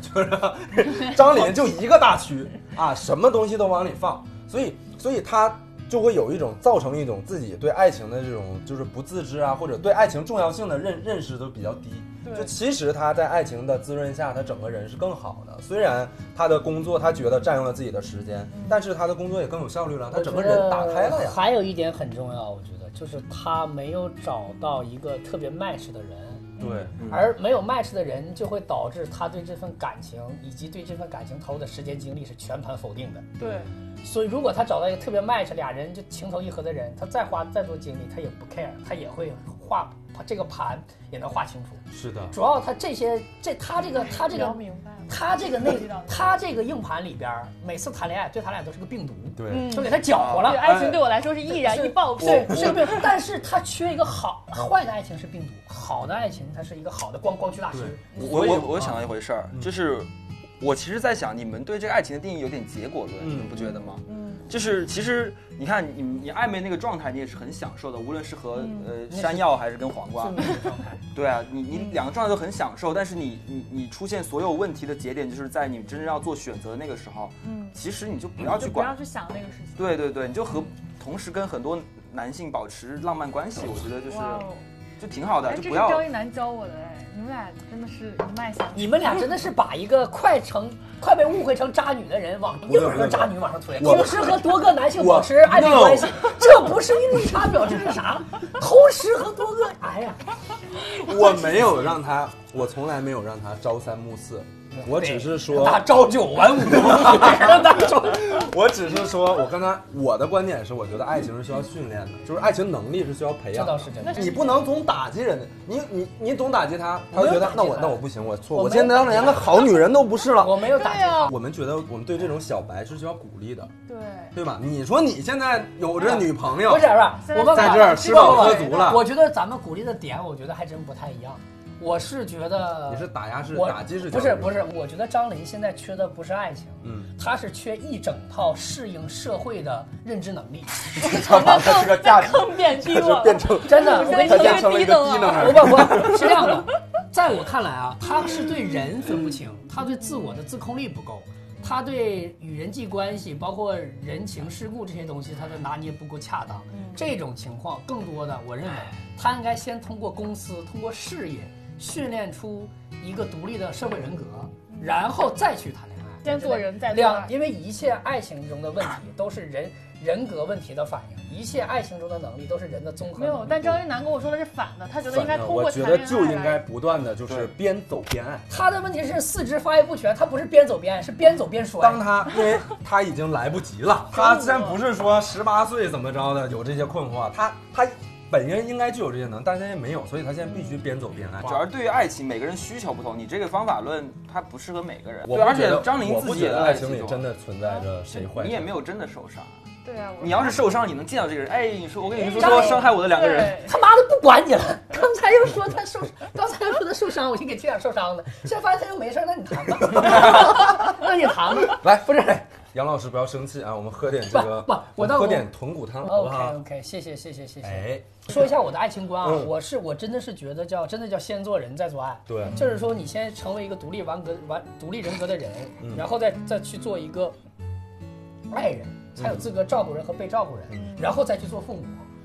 Speaker 3: 就是张琳就一个大区啊，什么东西都往里放，所以所以他就会有一种造成一种自己对爱情的这种就是不自知啊，或者对爱情重要性的认认识都比较低。
Speaker 1: 对
Speaker 3: 就其实他在爱情的滋润下，他整个人是更好的。虽然他的工作他觉得占用了自己的时间，
Speaker 1: 嗯
Speaker 3: 但是他的工作也更有效率了，他整个人打开了呀。
Speaker 5: 还有一点很重要，我觉得就是他没有找到一个特别 match 的人，
Speaker 3: 对，
Speaker 5: 而没有 match 的人就会导致他对这份感情以及对这份感情投入的时间精力是全盘否定的。
Speaker 1: 对，
Speaker 5: 所以如果他找到一个特别 match 俩人就情投意合的人，他再花再多精力，他也不 care，他也会画这个盘也能画清楚。
Speaker 3: 是的，
Speaker 5: 主要他这些这他这个他这
Speaker 1: 聊
Speaker 5: 个
Speaker 1: 明白了。
Speaker 5: 他这个内
Speaker 1: 知道了
Speaker 5: 他这个硬盘里边儿，每次谈恋爱对他俩都是个病毒，
Speaker 3: 对，
Speaker 1: 嗯
Speaker 5: 就给他搅和了哎
Speaker 1: 对，。爱情对我来说是易燃
Speaker 5: 是
Speaker 1: 易爆
Speaker 5: 是是
Speaker 1: 品。
Speaker 5: 是是，但是他缺一个好，坏的爱情是病毒，好的爱情它是一个好的光光驱大师。
Speaker 4: 我
Speaker 5: 所
Speaker 4: 我
Speaker 5: 以
Speaker 4: 我我想到一回事儿，就是我其实，在想你们对这个爱情的定义有点结果论，
Speaker 3: 嗯
Speaker 4: 你们不觉得吗？
Speaker 1: 嗯
Speaker 4: 就是其实你看你你暧昧那个状态，你也是很享受的，无论是和呃
Speaker 5: 是
Speaker 4: 山药还是跟黄瓜，
Speaker 5: 这么一个状态
Speaker 4: 对啊，你
Speaker 1: 嗯
Speaker 4: 你两个状态都很享受，但是你你你出现所有问题的节点，就是在你真正要做选择的那个时候，
Speaker 1: 嗯，
Speaker 4: 其实你就不要去
Speaker 1: 就不要
Speaker 4: 管，
Speaker 1: 去想那个事情。
Speaker 4: 对对对，你就和同时跟很多男性保持浪漫关系，我觉得就是
Speaker 1: 哇哦，
Speaker 4: 就挺好的，
Speaker 1: 哎，
Speaker 4: 就
Speaker 1: 这
Speaker 4: 不
Speaker 1: 是赵
Speaker 4: 要
Speaker 1: 一楠教我的哎，你们俩真的是一脉相承。
Speaker 5: 你们俩真的是把一个快成快被误会成渣女的人往硬核渣女往上推，
Speaker 3: 我
Speaker 5: 同时和多个男性
Speaker 3: 我
Speaker 5: 保持暧昧
Speaker 3: no
Speaker 5: 关系，这不是硬差表，这是啥？同时和多个，哎呀，
Speaker 3: 我没有让他，我从来没有让他朝三暮四， 我只是说，
Speaker 5: 大朝九 晚五，大朝
Speaker 3: 我只是说，我跟他我的观点是，我觉得爱情是需要训练的，就是爱情能力是需要培
Speaker 5: 这
Speaker 3: 养
Speaker 5: 倒
Speaker 3: 的。
Speaker 5: 是真的
Speaker 1: 那。是
Speaker 3: 你不能总打击人家，你你你总打击他，他会觉
Speaker 5: 我没有
Speaker 3: 得
Speaker 5: 打击他
Speaker 3: 那我那我不行，我错，
Speaker 5: 我
Speaker 3: 我
Speaker 5: 没有
Speaker 3: 现在当连个好女 人都不是了。
Speaker 5: 我没有打击
Speaker 1: 对
Speaker 5: 他
Speaker 1: 啊，
Speaker 3: 我们觉得我们对这种小白是需要鼓励的，
Speaker 1: 对，
Speaker 3: 对吧？你说你现在有着女朋友，
Speaker 5: 不是不是，我们
Speaker 3: 在这儿吃饱喝足了，
Speaker 5: 我觉得咱们鼓励的点，我觉得还真不太一样。我是觉得
Speaker 3: 你是打压式
Speaker 5: 我
Speaker 3: 打击式
Speaker 5: 不
Speaker 3: 教育，
Speaker 5: 是不是，我觉得张琳现在缺的不是爱情，
Speaker 3: 嗯，
Speaker 5: 她是缺一整套适应社会的认知能力。
Speaker 3: 他把他这个价值
Speaker 1: 更贬低我
Speaker 3: 就
Speaker 1: 了。
Speaker 3: 变成
Speaker 5: 真的，
Speaker 1: 我
Speaker 5: 我
Speaker 1: 跟
Speaker 5: 跟
Speaker 1: 你
Speaker 5: 你
Speaker 1: 说
Speaker 3: 他
Speaker 5: 说，
Speaker 3: 变成了一个低能
Speaker 5: 不
Speaker 3: 儿。
Speaker 5: 啊不不，是这样的， 在我看来啊，她是对人分不清，她对自我的自控力不够。她对与人际关系，包括人情世故这些东西，她的拿捏不够恰当。
Speaker 1: 嗯
Speaker 5: 这种情况更多的，我认为她应该先通过公司，通过事业训练出一个独立的社会人格，然后再去谈恋爱。
Speaker 1: 嗯先做人再做
Speaker 5: 两，
Speaker 1: 爱。
Speaker 5: 因为一切爱情中的问题都是人人格问题的反应，一切爱情中的能力都是人的综合能
Speaker 1: 没
Speaker 5: 力。
Speaker 1: 有，但张一楠跟我说的是反的，他觉得应该
Speaker 3: 反
Speaker 1: 通
Speaker 3: 正
Speaker 1: 过
Speaker 3: 我觉
Speaker 1: 谈
Speaker 3: 得
Speaker 1: 恋爱
Speaker 3: 就应该
Speaker 1: 来
Speaker 3: 不断的就是边走边爱。
Speaker 5: 他的问题是四肢发育不全，他不是边走边爱，是边走边摔
Speaker 3: 当。他因为他已经来不 及了，他真不是说十八岁怎么着的有这些困惑，他他本人应该就有这些能，但是他现在没有，所以他现在必须边走边爱。
Speaker 4: 主要是对于爱情，每个人需求不同，你这个方法论它不适合每个人。
Speaker 3: 我
Speaker 4: 对，
Speaker 3: 不
Speaker 4: 而
Speaker 3: 觉
Speaker 4: 且
Speaker 3: 得
Speaker 4: 张琳
Speaker 3: 我
Speaker 4: 自
Speaker 3: 不
Speaker 4: 己
Speaker 3: 觉
Speaker 4: 也
Speaker 3: 得
Speaker 4: 爱
Speaker 3: 爱
Speaker 4: 情
Speaker 3: 情
Speaker 4: 这
Speaker 3: 里
Speaker 4: 种
Speaker 3: 真的存在着谁坏谁好，嗯
Speaker 4: 你也没有真的受伤啊。
Speaker 1: 对啊，我
Speaker 4: 你要是受伤，你能见到这个人，哎，你说我跟你说
Speaker 1: 张
Speaker 4: 说
Speaker 1: 琳
Speaker 4: 伤害我的两个人，
Speaker 1: 对
Speaker 5: 他妈的不管你了，刚才又说他受，刚才又说他受伤，我就给贴点受伤的，现在发现他又没事儿，那你谈吧，那你谈吧。
Speaker 3: 来，不是杨老师不要生气啊，我们喝点这个，
Speaker 5: 不不我
Speaker 3: 们
Speaker 5: 倒
Speaker 3: 喝
Speaker 5: 不
Speaker 3: 点豚骨汤好不
Speaker 5: OK
Speaker 3: 好？
Speaker 5: OK，谢谢谢谢谢谢。
Speaker 3: 哎，
Speaker 5: 说一下我的爱情观啊，
Speaker 3: 嗯
Speaker 5: 我是我真的是觉得叫真的叫先做人再做爱，
Speaker 3: 对
Speaker 5: 就是说你先成为一个独立完格完独立人格的人，
Speaker 3: 嗯
Speaker 5: 然后再再去做一个爱人，才有资格照顾人和被照顾人，
Speaker 3: 嗯
Speaker 5: 然后再去做父母。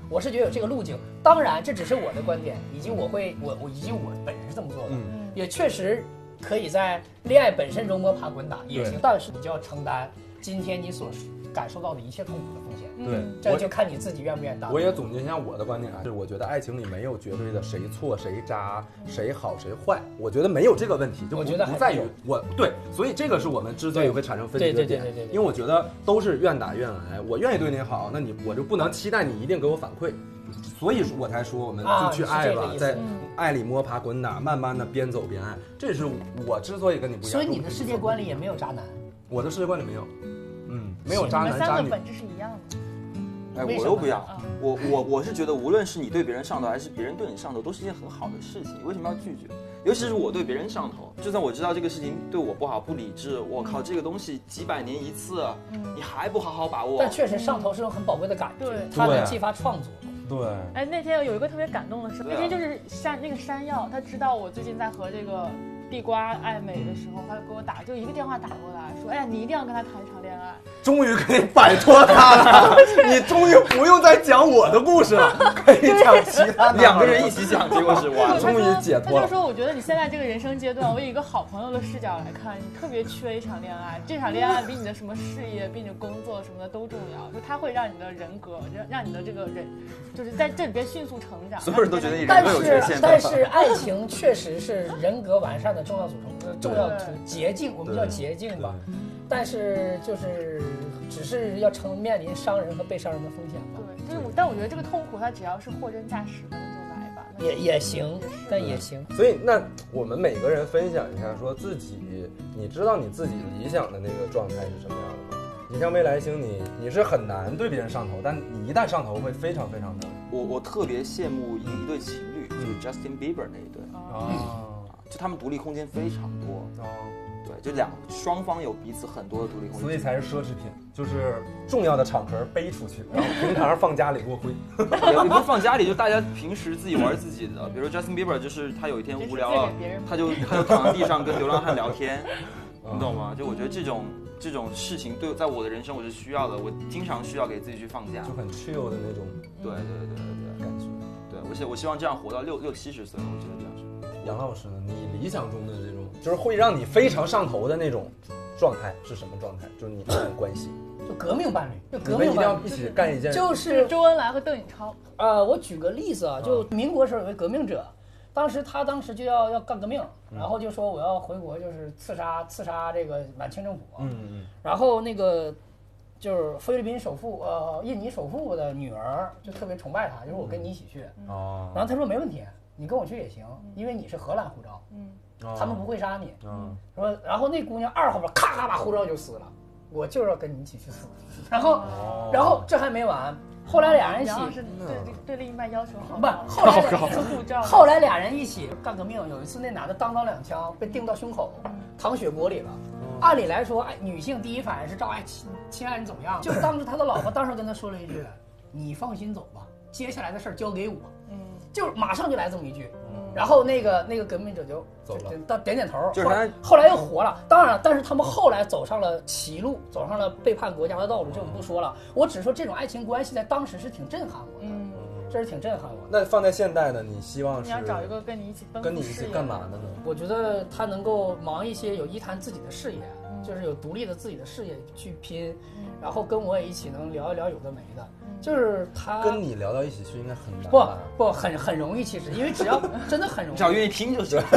Speaker 5: 我是觉得有这个路径，当然这只是我的观点，以及我会我我以及我本人是这么做的，
Speaker 3: 嗯
Speaker 5: 也确实可以在恋爱本身中摸爬滚打也行
Speaker 3: 对，
Speaker 5: 但是你就要承担今天你所感受到的一切痛苦的风险，
Speaker 3: 对，
Speaker 5: 这
Speaker 3: 嗯我
Speaker 5: 就看你自己愿不愿意担。
Speaker 3: 我也总结一下我的观点啊，就是我觉得爱情里没有绝对的谁错谁渣，谁好谁坏，我觉得没有这个问题，就不
Speaker 5: 我觉得还
Speaker 3: 不在于
Speaker 5: 有
Speaker 3: 我对，所以这个是我们之所以会产生分歧的
Speaker 5: 对对
Speaker 3: 点，
Speaker 5: 对对对对对
Speaker 3: 因为我觉得都是愿打愿挨，我愿意对你好，那你我就不能期待你一定给我反馈。所以说我才说我们
Speaker 5: 啊
Speaker 3: 就去
Speaker 5: 是
Speaker 3: 爱吧，
Speaker 5: 这个意思
Speaker 3: 在爱里摸爬滚打，慢慢的边走边爱，这是我之所以跟你不一样。
Speaker 5: 所以你的世界观里也没有渣男，
Speaker 3: 我的世界观里没有，嗯，没有
Speaker 5: 行
Speaker 3: 渣
Speaker 1: 你们
Speaker 3: 男
Speaker 1: 三
Speaker 3: 渣
Speaker 1: 个
Speaker 3: 女。
Speaker 1: 本质是一样的。
Speaker 4: 哎，
Speaker 5: 为什
Speaker 4: 我
Speaker 5: 么
Speaker 4: 又不一样
Speaker 1: 啊。
Speaker 4: 我我我是觉得，无论是你对别人上头，还是别人对你上头，都是一件很好的事情。为什么要拒绝？尤其是我对别人上头，就算我知道这个事情对我不好、不理智，我
Speaker 5: 嗯
Speaker 4: 靠，这个东西几百年一次，
Speaker 1: 嗯
Speaker 4: 你还不好好把握
Speaker 5: 但？确实上头是种很宝贵的感觉
Speaker 1: 对，
Speaker 5: 它
Speaker 3: 对啊
Speaker 5: 能激发创作。
Speaker 3: 对，
Speaker 1: 哎，那天有一个特别感动的事，
Speaker 4: 对啊
Speaker 1: 那天就是山那个山药，他知道我最近在和这个地瓜暧昧的时候，他就给我打，就一个电话打过来，说，哎呀，你一定要跟他谈一场恋爱。
Speaker 3: 终于可以摆脱他了，你终于不用再讲我的故事了，可以讲其他的
Speaker 4: 两 个人一起讲，结果是哇
Speaker 1: 他，
Speaker 3: 终于
Speaker 1: 说
Speaker 3: 解脱
Speaker 1: 他
Speaker 3: 了
Speaker 1: 就说，我觉得你现在这个人生阶段，我以一个好朋友的视角来看，你特别缺一场恋爱，这场恋爱比你的什么事业、比你的工作什么的都重要，就它会让你的人格，让让你的这个人，就是在这里边迅速成长。
Speaker 4: 所有人都觉得你人
Speaker 5: 但
Speaker 4: 都有缺
Speaker 5: 是
Speaker 4: 陷
Speaker 5: 但
Speaker 4: 的。
Speaker 5: 是爱情确实是人格完善的重要组成呃重要途捷径，我们叫
Speaker 3: 对
Speaker 5: 捷径吧。
Speaker 3: 对
Speaker 5: 但是就是只是要承面临伤人和被伤人的风险吧，
Speaker 1: 对，就是我，但我觉得这个痛苦，它只要是货真价实的，那就来吧。那就
Speaker 5: 也也行
Speaker 1: 也是，
Speaker 5: 但也行。
Speaker 3: 所以，那我们每个人分享一下，说自己，你知道你自己理想的那个状态是什么样的吗？你像未来星，你你是很难对别人上头，但你一旦上头会非常非常的
Speaker 4: 我我特别羡慕一一对情侣，就是
Speaker 5: 嗯
Speaker 4: Justin Bieber 那一对，
Speaker 5: 哦
Speaker 3: 啊
Speaker 4: 就他们独立空间非常多，
Speaker 3: 哦，
Speaker 4: 对，就两双方有彼此很多的独立空间，
Speaker 3: 所以才是奢侈品，就是重要的场合背出去，然后平常放家里给我挥。
Speaker 4: 也也不是放家里，就大家平时自己玩自己的。比如 Justin Bieber，就是他有一天无聊
Speaker 1: 就是
Speaker 4: 啊了
Speaker 1: 借给别人，
Speaker 4: 他就他 就躺在地上跟流浪汉聊天，
Speaker 3: 嗯
Speaker 4: 你懂吗？就我觉得这种这种事情对，在我的人生我是需要的，我经常需要给自己去放假
Speaker 3: 就。很 chill 的那种
Speaker 4: 对对对对
Speaker 3: 感觉。
Speaker 4: 对对，我希我希望这样活到六六七十岁，我觉得这样是。
Speaker 3: 杨老师呢，你理想中的这种，就是会让你非常上头的那种状态是什么状态？就是你们 关系，
Speaker 5: 就革命伴侣，就
Speaker 3: 你
Speaker 5: 革
Speaker 3: 们
Speaker 5: 命
Speaker 3: 一定要
Speaker 5: 伴
Speaker 3: 一
Speaker 5: 侣，
Speaker 3: 起干一件。
Speaker 5: 就是
Speaker 1: 周恩来和邓颖超，
Speaker 5: 呃，我举个例子啊，就民国时候有个革命者，当时他当时就要要干革命，然后就说我要回国，就是刺杀刺杀这个满清政府。
Speaker 3: 嗯嗯
Speaker 5: 然后那个就是菲律宾首富呃印尼首富的女儿就特别崇拜他，就是我跟你一起去。
Speaker 3: 嗯哦
Speaker 5: 然后他说没问题，你跟我去也行，因为你是荷兰护照，
Speaker 1: 嗯，
Speaker 3: 哦
Speaker 5: 他们不会杀你。
Speaker 3: 嗯，
Speaker 5: 说，然后那姑娘二号吧，咔咔把护照就撕了，我就是要跟你一起去死。然后，
Speaker 1: 嗯
Speaker 3: 哦
Speaker 5: 然后这还没完，后来俩人一
Speaker 1: 杨老
Speaker 5: 起
Speaker 1: 师对对对另一半要求好
Speaker 5: 不
Speaker 1: 高，
Speaker 5: 后来俩
Speaker 1: 出护照，
Speaker 5: 后来俩人一起干革命，有一次那男的当当两枪被钉到胸口，淌血泊里了。按理来说，哎，女性第一反应是照哎亲亲爱人怎么样？就当时他的老婆当时跟他说了一句：“你放心走吧，接下来的事儿交给我。”
Speaker 1: 嗯，
Speaker 5: 就是马上就来这么一句，然后那个那个革命者就
Speaker 3: 走了，
Speaker 5: 到点点头，
Speaker 4: 就是
Speaker 5: 后
Speaker 4: 他
Speaker 5: 来后来又活了。当然了，但是他们后来走上了歧路，走上了背叛国家的道路，这我们不说了。我只说这种爱情关系在当时是挺震撼我的，
Speaker 1: 嗯
Speaker 5: 这是挺震撼我的。
Speaker 3: 那放在现代呢？你希望
Speaker 1: 你
Speaker 3: 是
Speaker 1: 要找一个跟你一起奔赴
Speaker 3: 跟你一
Speaker 1: 事
Speaker 3: 起
Speaker 1: 业
Speaker 3: 干嘛的呢？
Speaker 5: 我觉得他能够忙一些，有一谈自己的事业，就是有独立的自己的事业去拼，然后跟我也一起能聊一聊有的没的，
Speaker 1: 嗯
Speaker 5: 就是他
Speaker 3: 跟你聊到一起去应该很难
Speaker 5: 不
Speaker 3: 吧？
Speaker 5: 不很很容易，其实因为只 要真的很容
Speaker 4: 你
Speaker 5: 易
Speaker 4: 只，要愿意听就行。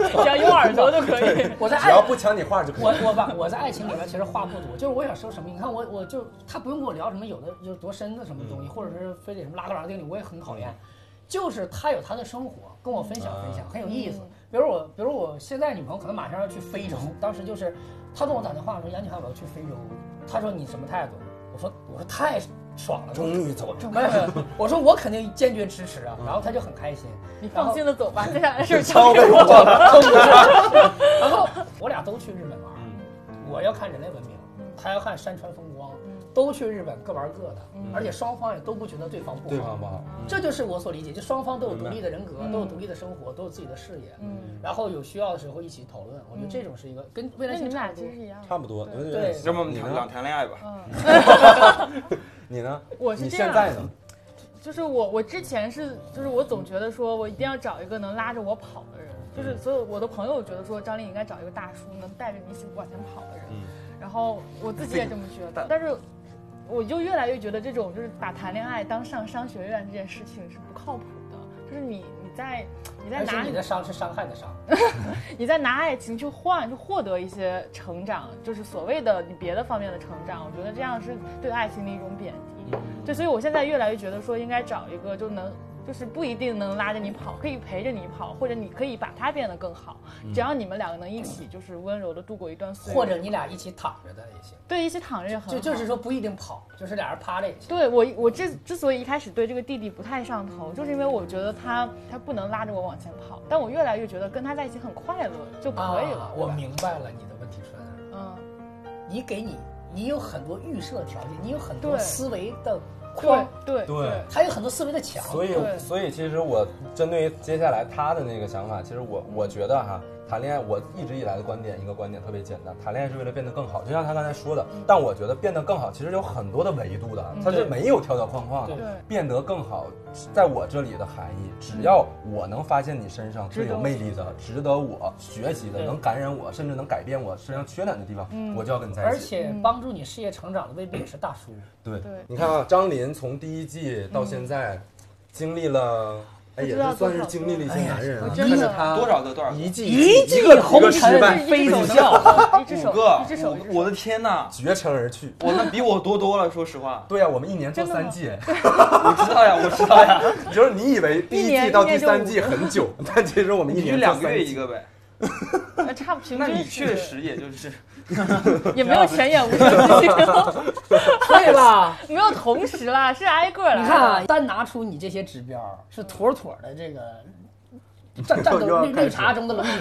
Speaker 1: 只要有 耳朵就可以。
Speaker 5: 我在
Speaker 3: 只要
Speaker 5: 爱。
Speaker 3: 不抢你话就可以。
Speaker 5: 我我吧，我在爱情里面其实话不多，就是我想说什么，你看我我就他不用跟我聊什么有的就是多深的什么东
Speaker 3: 嗯
Speaker 5: 西，或者是非得什么拉倒拉定理，我也很讨厌。就是他有他的生活，跟我分享分
Speaker 3: 嗯
Speaker 5: 享，很有意思。比如我，比如我现在女朋友可能马上要去非洲，当时就是他跟我打电话说杨景涵我要去非洲，他说你什么态度？我说我说太爽了，
Speaker 3: 终于走了嗯
Speaker 5: 没有没有，我说我肯定坚决支持啊，然后他就很开心。
Speaker 1: 你
Speaker 5: 然后
Speaker 1: 放心的走 吧，接下来的事儿交给我。
Speaker 5: 然后我俩都去日本玩
Speaker 3: 嗯
Speaker 5: 儿，我要看人类文明，他要看山川风光，都去日本各玩各的，
Speaker 1: 嗯
Speaker 5: 而且双方也都不觉得对方不
Speaker 3: 对嗯
Speaker 5: 好
Speaker 3: 方。不好，
Speaker 5: 这就是我所理解，就双方都有独立的人格，都有
Speaker 1: 嗯
Speaker 5: 独立的生活，都有自己的事业，然后有需要的时候一起讨论。我觉得这种是一个跟未
Speaker 1: 嗯那
Speaker 5: 来
Speaker 1: 你
Speaker 5: 性
Speaker 1: 们
Speaker 5: 差
Speaker 1: 俩
Speaker 5: 不
Speaker 1: 其
Speaker 5: 多
Speaker 1: 实。是一样的。
Speaker 3: 差不多。
Speaker 1: 对
Speaker 3: 有点
Speaker 5: 对
Speaker 3: 像
Speaker 4: 要不我们
Speaker 3: 你
Speaker 4: 谈
Speaker 3: 呢
Speaker 4: 两？谈恋爱吧？
Speaker 3: 你呢？
Speaker 1: 嗯我是
Speaker 3: 你
Speaker 1: 这
Speaker 3: 现
Speaker 1: 样
Speaker 3: 在呢？
Speaker 1: 就是我，我之前是，就是我总觉得说我一定要找一个能拉着我跑的人，
Speaker 3: 嗯
Speaker 1: 就是所有我的朋友觉得说张丽应该找一个大叔，能带着你一起往前跑的
Speaker 3: 嗯
Speaker 1: 人。然后我自己也这么觉得，但是我就越来越觉得这种就是把谈恋爱当上商学院这件事情是不靠谱的，就是你你在你在
Speaker 5: 而
Speaker 1: 拿
Speaker 5: 且你的伤是伤害的伤，
Speaker 1: 你在拿爱情去换，去获得一些成长，就是所谓的你别的方面的成长。我觉
Speaker 5: 嗯
Speaker 1: 得这样是对爱情的一种贬低。对，所以我现在越来越觉得说应该找一个就能就是不一定能拉着你跑，可以陪着你跑，或者你可以把他变得更好。
Speaker 5: 嗯
Speaker 1: 只要你们两个能一起，就是温柔的度过一段岁月，
Speaker 5: 或者你俩一起躺着的也行，
Speaker 1: 对一起躺着也很好。
Speaker 5: 就就是说不一定跑，就是俩人趴着也行。
Speaker 1: 嗯对我，我之之所以一开始对这个弟弟不太上头，就是因为我觉得他他不能拉着我往前跑，但我越来越觉得跟他在一起很快乐就可以了。
Speaker 5: 啊
Speaker 1: 对
Speaker 5: 我
Speaker 1: 吧
Speaker 5: 明白了你的问题出在哪儿。
Speaker 1: 嗯，
Speaker 5: 你给你，你有很多预设条件，你有很多
Speaker 1: 对
Speaker 5: 思维的
Speaker 1: 对
Speaker 5: 框，
Speaker 1: 对
Speaker 3: 对
Speaker 5: 还有很多思维的墙。
Speaker 3: 所以，
Speaker 1: 对
Speaker 3: 所以其实我针对于接下来他的那个想法，其实我我觉得哈，谈恋爱我一直以来的观点，一个观点特别简单，谈恋爱是为了变得更好，就像他刚才说的。但我觉得变得更好其实有很多的维度的，它是
Speaker 5: 嗯对
Speaker 3: 没有条条框框的
Speaker 5: 对。
Speaker 1: 对
Speaker 3: 变得更好，在我这里的含义，只要
Speaker 5: 嗯
Speaker 3: 我能发现你身上最
Speaker 1: 值得
Speaker 3: 有魅力的、值得我学习的、
Speaker 5: 对嗯
Speaker 3: 能感染我，甚至能改变我身上缺点的地方，我就要跟你在
Speaker 5: 而
Speaker 3: 一起。
Speaker 1: 嗯
Speaker 5: 且帮助你事业成长的未必也是大叔。
Speaker 3: 对
Speaker 1: 对嗯
Speaker 3: 你看啊，张琳从第一季到现在，经历了，
Speaker 1: 不
Speaker 3: 哎，也
Speaker 1: 知道
Speaker 3: 是算是
Speaker 1: 多少
Speaker 3: 经历了一些男人啊
Speaker 1: 个，我
Speaker 3: 但
Speaker 1: 真的
Speaker 3: 是他
Speaker 4: 多少个多少个？
Speaker 3: 一季
Speaker 5: 一季
Speaker 3: 季个
Speaker 5: 红
Speaker 3: 一个
Speaker 5: 尘
Speaker 3: 失败，
Speaker 1: 一只手
Speaker 5: 飞
Speaker 1: 能
Speaker 5: 机
Speaker 1: 跑过，一只手
Speaker 4: 五个，
Speaker 1: 一只手，一只手
Speaker 4: 我的天呐，
Speaker 3: 绝尘而去。。
Speaker 4: 我们比我多多了，说实话
Speaker 3: 对呀、啊我们一年做
Speaker 1: 真的
Speaker 3: 三
Speaker 1: 吗
Speaker 3: 季，
Speaker 4: 我知道呀，我知道呀，
Speaker 3: 就是你以为第
Speaker 1: 一
Speaker 3: 一
Speaker 1: 年
Speaker 3: 季到
Speaker 1: 一
Speaker 3: 第
Speaker 1: 年就
Speaker 3: 三
Speaker 1: 五
Speaker 3: 季很久，但其实我们一
Speaker 4: 你就
Speaker 3: 年
Speaker 4: 两
Speaker 3: 做
Speaker 4: 个
Speaker 3: 三
Speaker 4: 月
Speaker 3: 季
Speaker 4: 一个呗。
Speaker 1: 呃差不平均
Speaker 4: 那
Speaker 1: 是，
Speaker 4: 你确实也就是
Speaker 1: 也没有全眼无神，
Speaker 5: 对 了，
Speaker 1: 没有同时啦，是挨个来。
Speaker 5: 你看啊，，单拿出你这些指标，是妥妥的这个战战
Speaker 3: 又要
Speaker 5: 斗绿
Speaker 3: 开始
Speaker 5: 绿茶中的龙 井。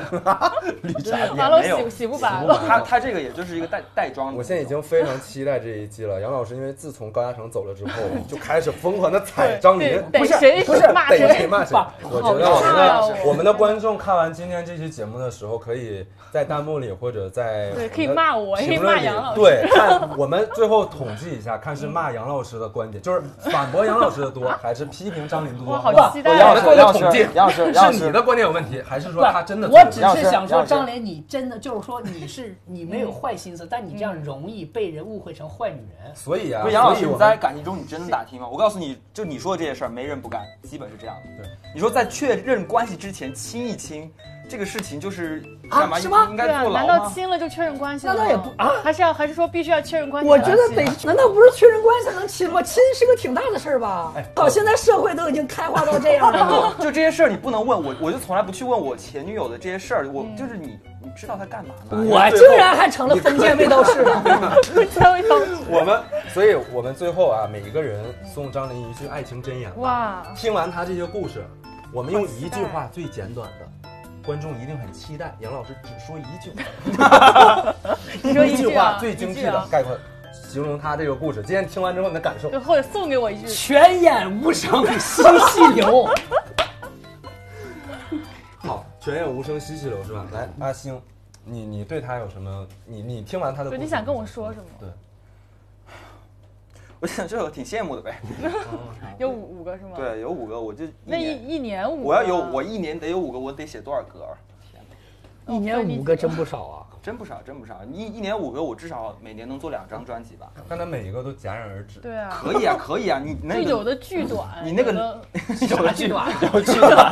Speaker 3: 绿茶
Speaker 1: 完
Speaker 3: 婊。
Speaker 1: 了
Speaker 4: 没有
Speaker 1: 我洗洗不白
Speaker 3: 洗不
Speaker 1: 了
Speaker 3: 白。
Speaker 4: 他他这个也就是一个带带妆的。
Speaker 3: 我现在已经非常期待这一季了。杨老师因为自从高嘉诚走了之后，就开始疯狂的踩张琳，
Speaker 1: 对
Speaker 3: 不是
Speaker 1: 逮谁
Speaker 3: 不是
Speaker 1: 骂
Speaker 3: 逮
Speaker 1: 谁
Speaker 3: 谁骂谁
Speaker 5: 哇。
Speaker 3: 我觉得
Speaker 1: 好
Speaker 3: 我们
Speaker 1: 差哦
Speaker 3: 的我们的观众看完今天这期节目的时候，可以在弹幕里或者在
Speaker 1: 对可以骂我可
Speaker 3: 评论
Speaker 1: 以骂
Speaker 3: 里
Speaker 1: 杨老师
Speaker 3: 对，看我们最后统计一下，看是骂杨老师的观点，就是反驳杨老师的多，还是批评张琳多？
Speaker 1: 哇好
Speaker 3: 吧
Speaker 1: 期待啊
Speaker 3: 我们做
Speaker 7: 杨老师
Speaker 3: 个统计，
Speaker 7: 杨老师杨老师
Speaker 3: 是你的观点有问题，还是说他真的
Speaker 5: 我
Speaker 3: 做
Speaker 5: 只
Speaker 3: 得
Speaker 7: 要
Speaker 5: 是
Speaker 7: 是
Speaker 5: 想
Speaker 7: 要
Speaker 5: 说，
Speaker 7: 是
Speaker 5: 张琳，你真的就是说你是你没有坏心思，但你这
Speaker 3: 嗯
Speaker 5: 样容易被人误会成坏女人。
Speaker 3: 所以啊，
Speaker 4: 不是杨老
Speaker 3: 所以
Speaker 4: 师，
Speaker 3: 我
Speaker 4: 你
Speaker 3: 们
Speaker 4: 在感情中你真的打听吗？我告诉你，就你说的这些事儿，没人不干，基本是这样的。
Speaker 3: 对，
Speaker 4: 你说在确认关系之前亲一亲，这个事情就是
Speaker 5: 啊
Speaker 4: 干嘛？
Speaker 5: 是吗
Speaker 4: 应
Speaker 1: 对
Speaker 4: 该
Speaker 1: 啊，
Speaker 4: 坐
Speaker 1: 难
Speaker 4: 牢
Speaker 1: 道
Speaker 4: 吗？
Speaker 1: 亲了就确认关系
Speaker 5: 那
Speaker 1: 了吗？
Speaker 5: 倒也不啊
Speaker 1: 还是要还是说必须要确认关系？
Speaker 5: 我觉得得，难道不是确认关系能亲吗？亲是个挺大的事儿吧？到现在社会都已经开化到这样了，
Speaker 4: 就这些事儿你不能问我，我就从来不去问我前女友的这些事儿。我
Speaker 1: 嗯
Speaker 4: 就是你，你知道她干嘛
Speaker 3: 哎嗯
Speaker 4: 呢？
Speaker 5: 我竟然还成了封建卫道士了。
Speaker 3: 我们，所以我们最后啊，每一个人送张琳一句爱情箴言吧。
Speaker 1: 哇
Speaker 3: 听完他这些故事，我们用一句话最简短的，观众一定很期待。杨老师只说一句，
Speaker 1: 你说
Speaker 3: 一
Speaker 1: 一
Speaker 3: 句
Speaker 1: 啊
Speaker 3: 话最精
Speaker 1: 一
Speaker 3: 辟
Speaker 1: 句
Speaker 3: 的
Speaker 1: 啊
Speaker 3: 概括形容他这个故事。今天听完之后你的感受
Speaker 1: 对，，或者送给我一句，
Speaker 5: 泉眼无声惜细流，
Speaker 3: 好，泉眼无声惜细流是吧？来，阿星，你你对他有什么？你你听完他的故
Speaker 1: 对，
Speaker 3: 事，
Speaker 1: 你想跟我说什么？
Speaker 3: 对，
Speaker 4: 我想这个挺羡慕的呗。
Speaker 1: 有五五个是吗？，
Speaker 4: 对，有五个，我就一
Speaker 1: 那一
Speaker 4: 年，
Speaker 1: 一年五个，
Speaker 4: 我要有我一年得有五个，我得写多少歌？
Speaker 5: 一年五个真不少啊。
Speaker 4: 真不少，真不少。一一年五个，我至少每年能做两张专辑吧？
Speaker 3: 刚才每一个都戛然而止。
Speaker 1: 对啊，
Speaker 4: 可以啊，可以啊，你那
Speaker 1: 就
Speaker 4: 个
Speaker 1: 有的巨短，
Speaker 4: 你那个
Speaker 1: 有的
Speaker 4: 有的剧
Speaker 5: 短，
Speaker 4: 有剧短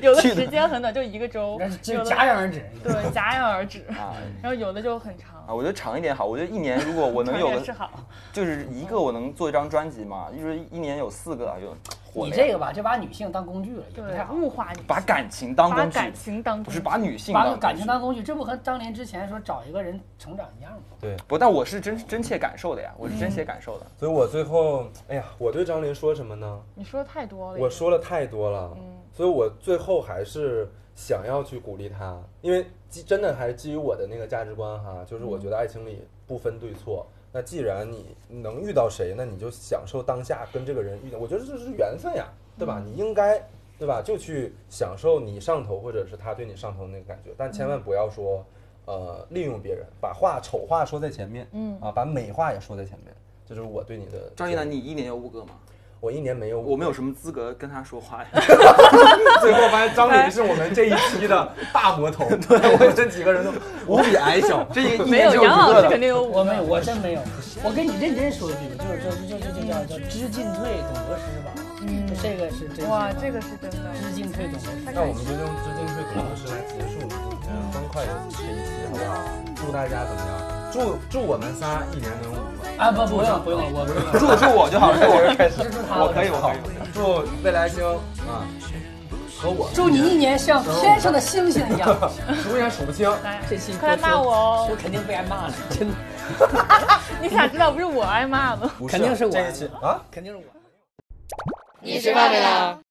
Speaker 1: 有的时间很短，就一个周
Speaker 5: 那是，
Speaker 1: 有
Speaker 5: 戛
Speaker 1: 的
Speaker 5: 然而止。
Speaker 1: 对戛然而止，
Speaker 4: 啊
Speaker 1: 然后有的就很长
Speaker 4: 啊！，我觉得长一点好。我觉得一年如果我能
Speaker 1: 长
Speaker 4: 有
Speaker 1: 点是
Speaker 4: 个，
Speaker 1: 好。
Speaker 4: 就是一个我能做一张专辑嘛，就是一年有四个，有火
Speaker 5: 你
Speaker 4: 了呀
Speaker 5: 这个吧，就把女性当工具了，也不
Speaker 1: 对
Speaker 5: 太，好。
Speaker 1: 物化你，
Speaker 4: 把感情当
Speaker 1: 把
Speaker 4: 工具，
Speaker 1: 感情当
Speaker 4: 不
Speaker 1: 工
Speaker 4: 是
Speaker 1: 具
Speaker 4: 把女性当
Speaker 5: 把
Speaker 4: 工具
Speaker 5: 感情当工具，这不和张琳之前说找一个人成长一样吗？
Speaker 4: 不，但我是真真切感受的呀，我是真切感受的。
Speaker 3: 所以我最后，哎呀，我对张琳说什么呢？
Speaker 1: 你说的太多了，
Speaker 3: 我说了太多了，所以我最后还是想要去鼓励他，因为基真的还是基于我的那个价值观哈，就是我觉得爱情里不分对错。那既然你能遇到谁，那你就享受当下跟这个人遇到，我觉得这是缘分呀，对吧？你应该，对吧？就去享受你上头或者是他对你上头的那个感觉，但千万不要说，呃，利用别人，把话丑话说在前面，嗯啊，把美话也说在前面，这就是我对你的。
Speaker 4: 张一楠，，你一年有五个吗？
Speaker 3: 我一年没有
Speaker 4: 我们有什么资格跟他说话呀？
Speaker 3: 最后发现张琳是我们这一期的大魔头， 对我们这几个人都无比矮小。
Speaker 4: 这一一
Speaker 1: 没
Speaker 4: 年
Speaker 1: 有
Speaker 4: 就
Speaker 1: 杨
Speaker 4: 五
Speaker 1: 老
Speaker 4: 个
Speaker 1: 师
Speaker 4: 了
Speaker 1: 肯定有五
Speaker 5: 我
Speaker 1: 个
Speaker 5: 没有，，我真没有。我跟你认真说一句，就是就是就是就叫叫知进退，懂得失吧。嗯，这个是真心话。
Speaker 1: 哇，这个是真的。
Speaker 5: 知进退，懂得失。
Speaker 3: 那我们就用嗯知金最懂的事来结束今天欢快的这一期，好不好？祝大家怎么样？祝祝我们仨一年能五个，
Speaker 5: 啊不不用不用我不用，
Speaker 4: 祝祝我就好，祝我开始，
Speaker 5: 他
Speaker 4: 我可以，我可以。
Speaker 3: 祝未来星啊和我
Speaker 5: 祝你一年像天上的星星一 样。
Speaker 3: 数也数不清。
Speaker 1: 来
Speaker 5: 这期，
Speaker 1: 快来骂我
Speaker 5: 我
Speaker 1: 哦！
Speaker 5: 肯定被挨骂了，真的，
Speaker 1: 你咋知道不是我挨骂吗？
Speaker 3: 不
Speaker 5: 肯定是我
Speaker 3: 这一期啊。
Speaker 5: 肯定是我。
Speaker 7: 你吃饭没有？